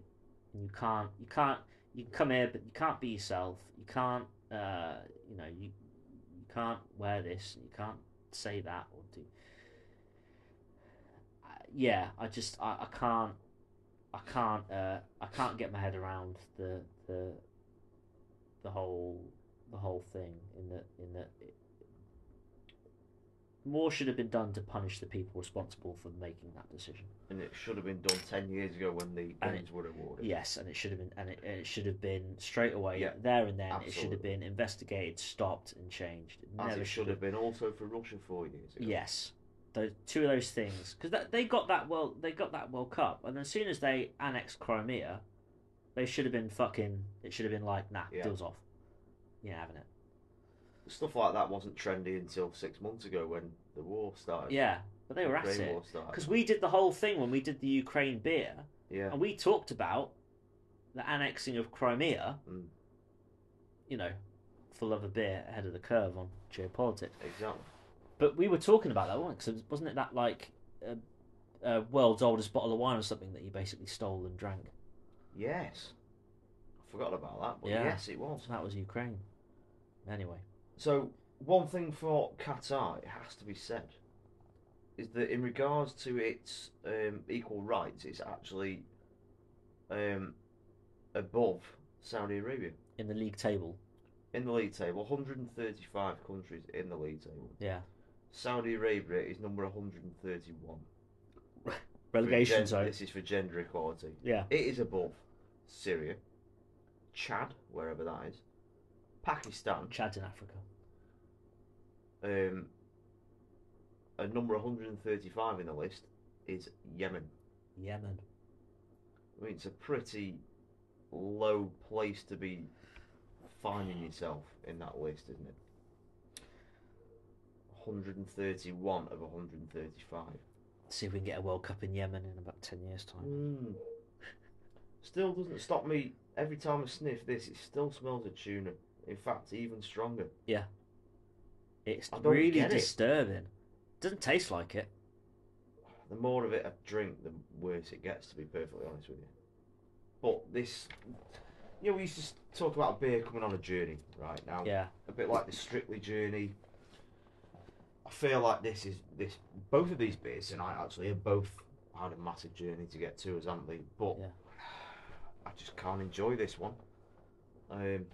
And you can't. You can't. You can come here, but you can't be yourself. You can't. Uh, you know, you, you can't wear this. And you can't say that or do. I- Yeah, I just I, I can't. I can't uh, I can't get my head around the the the whole the whole thing in that in that it, more should have been done to punish the people responsible for making that decision.
And it should have been done ten years ago when the
And
games were awarded.
Yes, and it should have been and it, and it should have been straight away
Yeah,
there and then. It should have
absolutely.
been investigated, stopped, and changed. It
As
never
it should have been also for Russia four years ago.
Yes, those two of those things because they got that well they got that World Cup, and as soon as they annexed Crimea, they should have been fucking. It should have been like, nah,
Yeah.
deals off. You're not having it.
Stuff like that wasn't trendy until six months ago when the war started.
Yeah, but they were at
Ukraine uh,
it
war started.
because we did the whole thing when we did the Ukraine beer,
Yeah.
and we talked about the annexing of Crimea.
Mm.
You know, for love of beer, ahead of the curve on geopolitics.
Exactly.
But we were talking about that one because wasn't it that like uh, uh, world's oldest bottle of wine or something that you basically stole and drank?
Yes. I forgot about that, but
Yeah.
yes, it was.
So that was Ukraine. Anyway,
So one thing for Qatar, it has to be said, is that in regards to its um, equal rights, it's actually um, above Saudi Arabia
in the league table,
in the league table. 135 countries in the league table.
yeah,
Saudi Arabia is number 131. For
relegation
gen-
zone,
This is for gender equality.
yeah,
It is above Syria, Chad, wherever that is, Pakistan,
Chad's in Africa.
um, and number 135 in the list is Yemen.
Yemen.
I mean, it's a pretty low place to be finding yourself in that list, isn't it? 131 of 135.
See if we can get a World Cup in Yemen in about ten years' time.
Mm. Still doesn't stop me. Every time I sniff this, it still smells of tuna. In fact, even stronger.
It's
I don't
really
get it.
disturbing. Doesn't taste like it.
The more of it I drink, the worse it gets. To be perfectly honest with you. But this, you know, we used to s- talk about beer coming on a journey. Right now,
Yeah,
a bit like the Strictly journey. I feel like this is this. Both of these beers tonight actually have both had a massive journey to get to us, haven't they? But
Yeah.
I just can't enjoy this one. Um,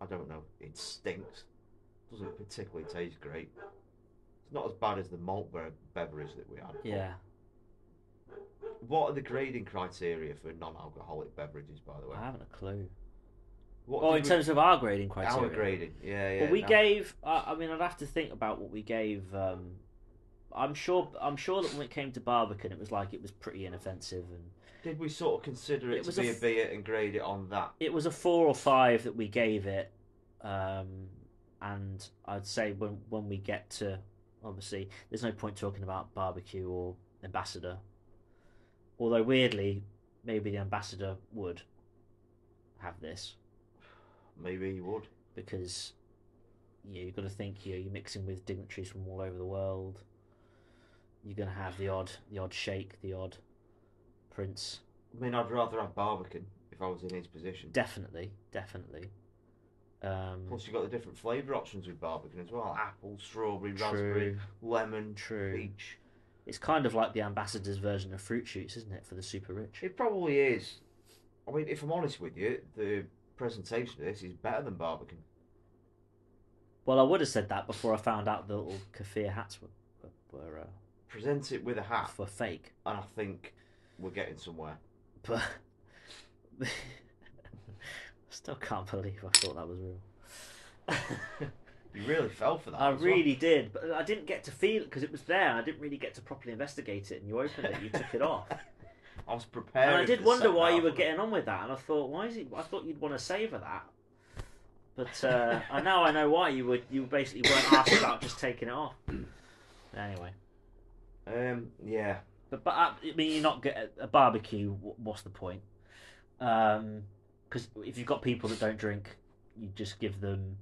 I don't know. It stinks. Doesn't particularly taste great. It's not as bad as the malt be- beverage that we had.
yeah.
What are the grading criteria for non-alcoholic beverages, by the way?
I haven't a clue.
What
Uh, Well,
did
in
we-
terms of our grading criteria,
our grading, yeah, yeah.
well, we
no.
gave. I I mean, I'd have to think about what we gave. Um, I'm sure. I'm sure that when it came to Barbican, it was like it was pretty inoffensive, and
Did we sort of consider
It
it,
was
to
a
be a,
f-
beer and grade it on that?
it was a four or five that we gave it. Um, and I'd say when when we get to obviously, there's no point talking about barbecue or ambassador. Although weirdly, maybe the ambassador would have this
Maybe you would.
because yeah, you've got to think you know, you're mixing with dignitaries from all over the world. You're gonna have the odd, the odd sheikh, the odd prince.
I mean, I'd rather have Barbican if I was in his position.
Definitely, definitely. Um,
Plus, you've got the different flavour options with Barbican as well apple, strawberry, raspberry,
true,
lemon,
true.
peach.
It's kind of like the ambassador's version of fruit shoots, isn't it, for the super rich?
It probably is. I mean, if I'm honest with you, the presentation of this is better than Barbican.
Well, I would have said that before I found out the little kafir hats were were, were, uh,
Present it with a hat,
were fake,
and I think we're getting somewhere.
but I still can't believe I thought that was real.
You really fell for that.
I
as well.
really did, but I didn't get to feel it because it was there. and I didn't really get to properly investigate it, and you opened it, you took it off,
I was prepared.
and I did wonder why you were getting on with that. And I thought, why is he? I thought you'd want to savour that, but uh, I now I know why you were. You basically weren't asked about just taking it off. Anyway,
Um, yeah.
But, but I I mean, you're not get a barbecue. wh- What's the point? Because if you've got people that don't drink, you just give them.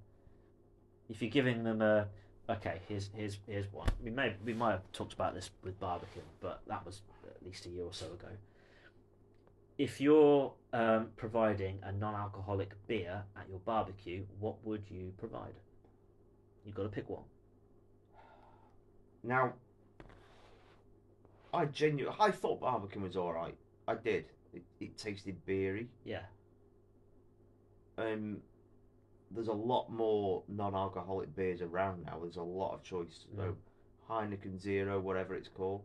If you're giving them a okay, here's here's here's one. We may we might have talked about this with barbecue, but that was at least a year or so ago. If you're um, providing a non-alcoholic beer at your barbecue, what would you provide? You've got to pick one.
Now, I genuinely, I thought barbecue was all right. I did. It, it tasted beery.
Yeah.
Um, there's a lot more non-alcoholic beers around now. There's a lot of choice. So Heineken Zero, whatever it's called,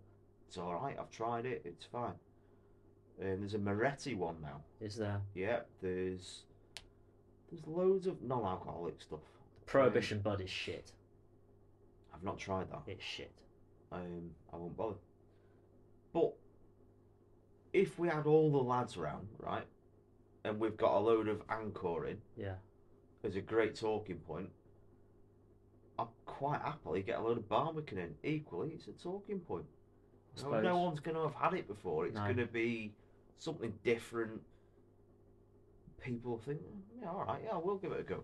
it's all right. I've tried it. It's fine. And there's a Moretti one now.
Is there
Yeah, there's there's loads of non-alcoholic stuff.
Prohibition Bud is shit.
I've not tried that.
It's shit.
Um, I won't bother. But if we had all the lads round, right, and we've got a load of Anchor in
Yeah.
as a great talking point, I'd quite happily get a load of Barbican in. Equally, it's a talking point.
I
No,
suppose.
no one's going to have had it before. It's
No.
going to be something different. People think, "Mm, yeah, all right, yeah, we'll give it a go.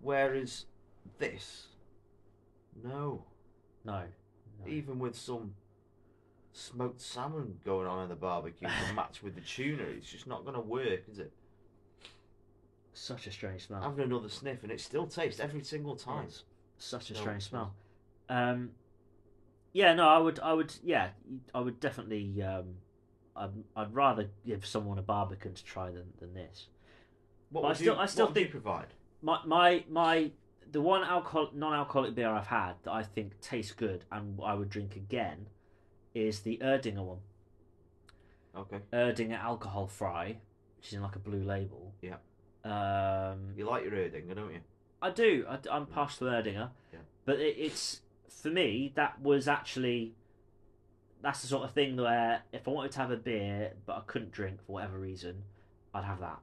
Whereas this, no,
No. No.
even with some smoked salmon going on in the barbecue to match with the tuna, it's just not going to work, is it?
Such a strange smell.
Having another sniff and it still tastes every single
Yeah,
time.
it's such a
No,
strange
it's
smell. Um, yeah, no, I would, I would, yeah, I would definitely. Um, I'd, I'd rather give someone a barbican to try than, than this.
What
But I
would
still-
you,
I still
what would you
think-
provide?
My, my, my, the one alcohol, non-alcoholic beer I've had that I think tastes good and I would drink again is the Erdinger one,
Okay,
Erdinger Alcohol Fry, which is in like a blue label.
Yeah.
Um,
you like your Erdinger, don't you?
I do. I, am partial to Erdinger,
Yeah.
but it, it's for me that was actually that's the sort of thing where if I wanted to have a beer but I couldn't drink for whatever reason, I'd have that.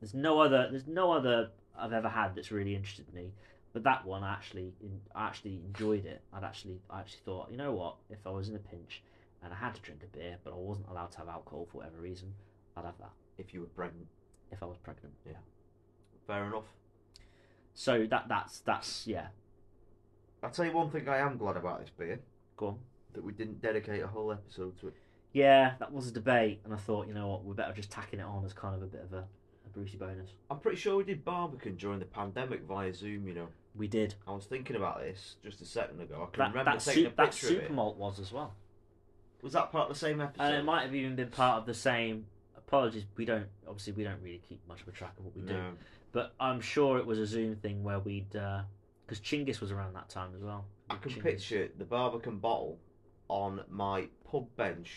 There's no other. There's no other I've ever had that's really interested me. But that one, I actually, I actually enjoyed it. I'd actually, I actually thought, you know what? If I was in a pinch and I had to drink a beer, but I wasn't allowed to have alcohol for whatever reason, I'd have that
If you were pregnant,
if I was pregnant.
fair enough.
So that, that's, that's, yeah.
I'll tell you one thing I am glad about this beer
Go on.
that we didn't dedicate a whole episode to it.
Yeah, that was a debate, and I thought, you know what, we're better just tacking it on as kind of a bit of a, a Brucey bonus.
I'm pretty sure we did Barbican during the pandemic via Zoom, you know.
We did.
I was thinking about this just a second ago. I can
That,
remember
that,
taking
su-
a
that
picture of
super
it.
malt was as well,
Was that part of the same episode?
and it might have even been part of the same. Apologies, we don't obviously we don't really keep much of a track of what we do,
No.
but I'm sure it was a Zoom thing where we'd because Chinggis was around that time as well.
I can
Chinggis.
picture the Barbican bottle on my pub bench,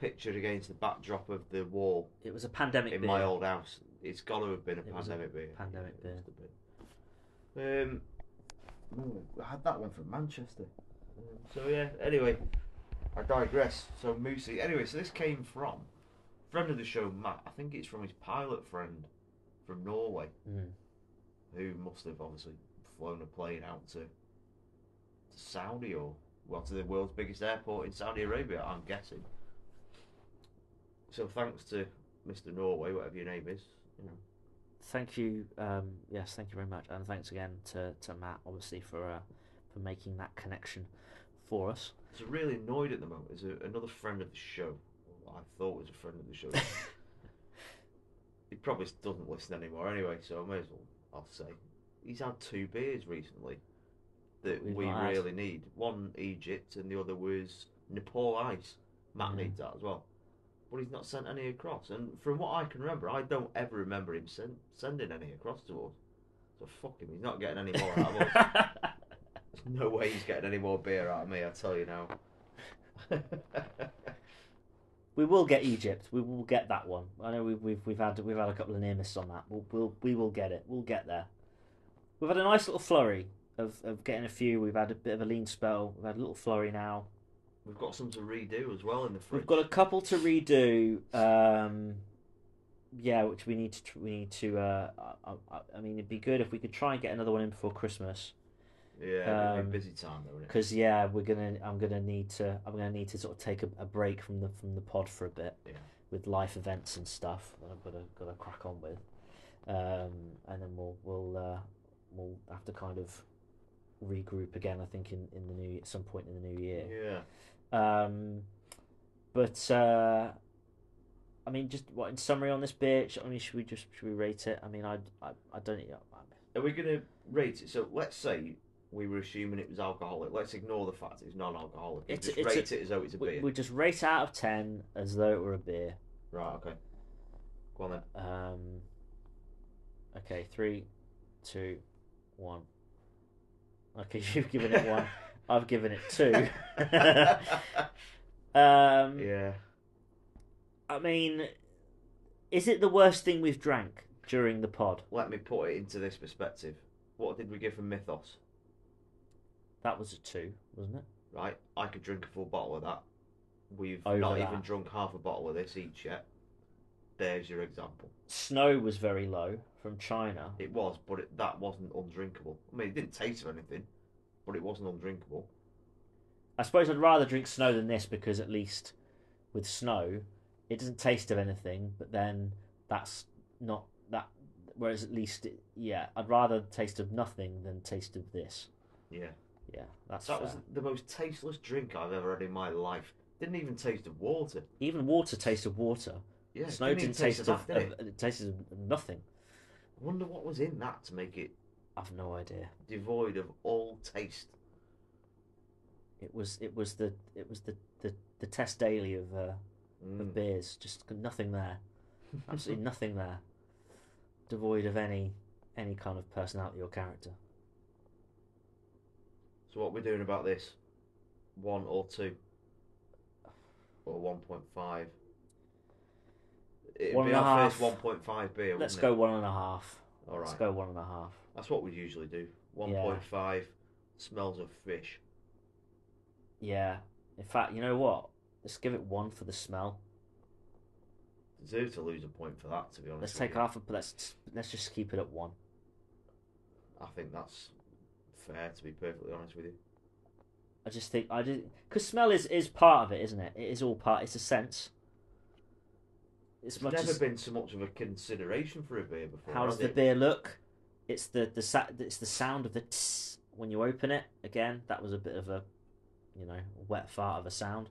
pictured against the backdrop of the wall
it was a pandemic
in
beer.
my old house. It's got to have been a
It was a
pandemic beer.
pandemic
Yeah, it must have been. Um, ooh, I had that one from Manchester. Um, so yeah. Anyway, I digress. So Moosey. Anyway, so this came from friend of the show Matt. I think it's from his pilot friend from Norway,
Mm.
who must have obviously flown a plane out to, to Saudi or well to the world's biggest airport in Saudi Arabia. I'm guessing. So thanks to Mr. Norway, whatever your name is. You know,
Thank you, um, yes, thank you very much, and thanks again to, to Matt obviously for uh, for making that connection for us.
So really annoyed at the moment is a, another friend of the show. I thought was a friend of the show. he probably doesn't listen anymore anyway, so I may as well. I'll say he's had two beers recently that
We've
we
not had.
really need. One Egypt and the other was Nepal Ice. Matt
Mhm.
needs that as well, but he's not sent any across. And from what I can remember, I don't ever remember him send, sending any across to us. So fuck him. He's not getting any more out of us. There's no way he's getting any more beer out of me, I tell you now.
we will get Egypt. We will get that one. I know we've we've, we've had we've had a couple of near misses on that. We'll, we'll we will get it. We'll get there. We've had a nice little flurry of, of getting a few. We've had a bit of a lean spell. We've had a little flurry now.
We've got some to redo as well in the fridge.
We've got a couple to redo. Um, yeah, which we need to we need to. Uh, I, I, I mean, it'd be good if we could try and get another one in before Christmas.
Yeah, it'd
Um,
be a busy time though, wouldn't it?
because yeah, we're gonna. I'm gonna need to. I'm gonna need to sort of take a, a break from the from the pod for a bit
Yeah.
with life events and stuff that I've got to got to crack on with, um, and then we'll we'll uh, we'll have to kind of regroup again. I think in in the new at some point in the new year.
Yeah.
Um, but uh, I mean, just what in summary on this bitch? I mean, should we just should we rate it? I mean, I I, I don't.
Are we going to rate it? So let's say we were assuming it was alcoholic. Let's ignore the fact it's non-alcoholic. and
It's a-
just
it's
rate it as though it's a
We,
beer.
we just rate out of ten as though it were a beer.
Right. Okay. Go on then.
Um, okay, three, two, one. Okay, you've given it one. I've given it two. Um,
yeah.
I mean, is it the worst thing we've drank during the pod?
Let me put it into this perspective. What did we give for Mythos?
That was a two, wasn't it?
Right. I could drink a full bottle of that. We've
Over
not
that.
even drunk half a bottle of this each yet. There's your example.
Snow was very low from China.
It was, but it, that wasn't undrinkable. I mean, it didn't taste of anything, but it wasn't undrinkable.
I suppose I'd rather drink snow than this because at least with snow, it doesn't taste of anything. But then that's not that. Whereas at least, it, yeah, I'd rather taste of nothing than taste of this.
Yeah.
Yeah, that's
That
fair.
was the most tasteless drink I've ever had in my life. Didn't even taste of water.
even water tastes of water.
Yeah,
snow
didn't even
didn't taste
that,
of,
did
of- it tasted of nothing.
I wonder what was in that to make it
I've no idea.
devoid of all taste.
It was it was the it was the the, the test daily of uh, of
Mm.
beers. Just nothing there. Absolutely nothing there. Devoid of any any kind of personality or character.
so what we're doing about this? One or two, or one point five. It'd
One
be
and a
our
half.
first one point five beer.
Let's
wouldn't
go one and a half.
it? All
Let's
right.
go one and a half.
That's what we usually do. One point five. Smells of fish.
Yeah. In fact, you know what? Let's give it one for the smell.
Deserve to lose a point for that. To be honest.
Let's
with
take
you.
half of. Let's let's just keep it at one.
I think that's fair. To be perfectly honest with you.
I just think I just because smell is is part of it, isn't it? It is all part. It's a sense. It's
It's
much
never
as
been so much of a consideration for a beer before.
how
has
does the
it?
beer look? It's the the sa- it's the sound of the tss when you open it. Again, that was a bit of a, you know, wet fart of a sound,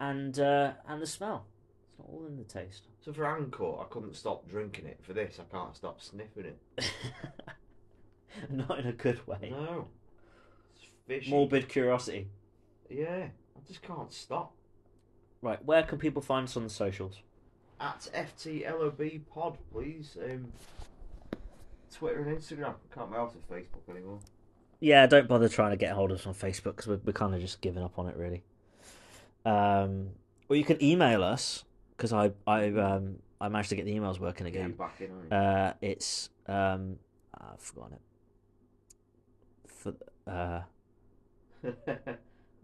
and uh and the smell. It's not all in the taste.
So for Anchor, I couldn't stop drinking it. For this, I can't stop sniffing it.
not in a good way.
No. It's fishy.
Morbid curiosity.
Yeah. I just can't stop.
Right, where can people find us on the socials?
At FTLOB Pod, please. Um, Twitter and Instagram. Can't be out of Facebook anymore.
Yeah, don't bother trying to get hold of us on Facebook because we're, we're kind of just giving up on it, really. Um, or you can email us because I I um I managed to get the emails working
Yeah,
again.
you're back in, aren't you?
Uh, it's um I've forgotten it. For uh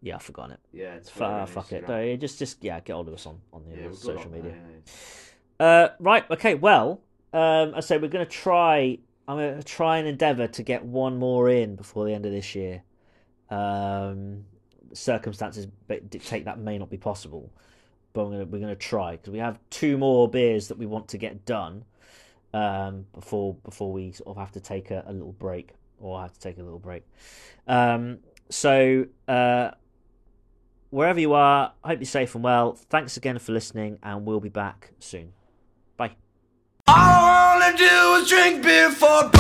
yeah, I've forgotten it.
yeah, Twitter
F- uh,
and
fuck it.
Instagram.
No, just just yeah, get hold of us on on the
Yeah,
other
we're good
social
on
media.
there, yeah,
Uh, right. Okay. Well, um, I say we're going to try. I'm going to try and endeavour to get one more in before the end of this year. Um, circumstances ba- dictate that may not be possible, but I'm gonna, we're going to try because we have two more beers that we want to get done um, before before we sort of have to take a, a little break or I have to take a little break. Um, so. Uh, wherever you are, I hope you're safe and well. Thanks again for listening, and we'll be back soon. Bye.
All I wanna do is drink beer for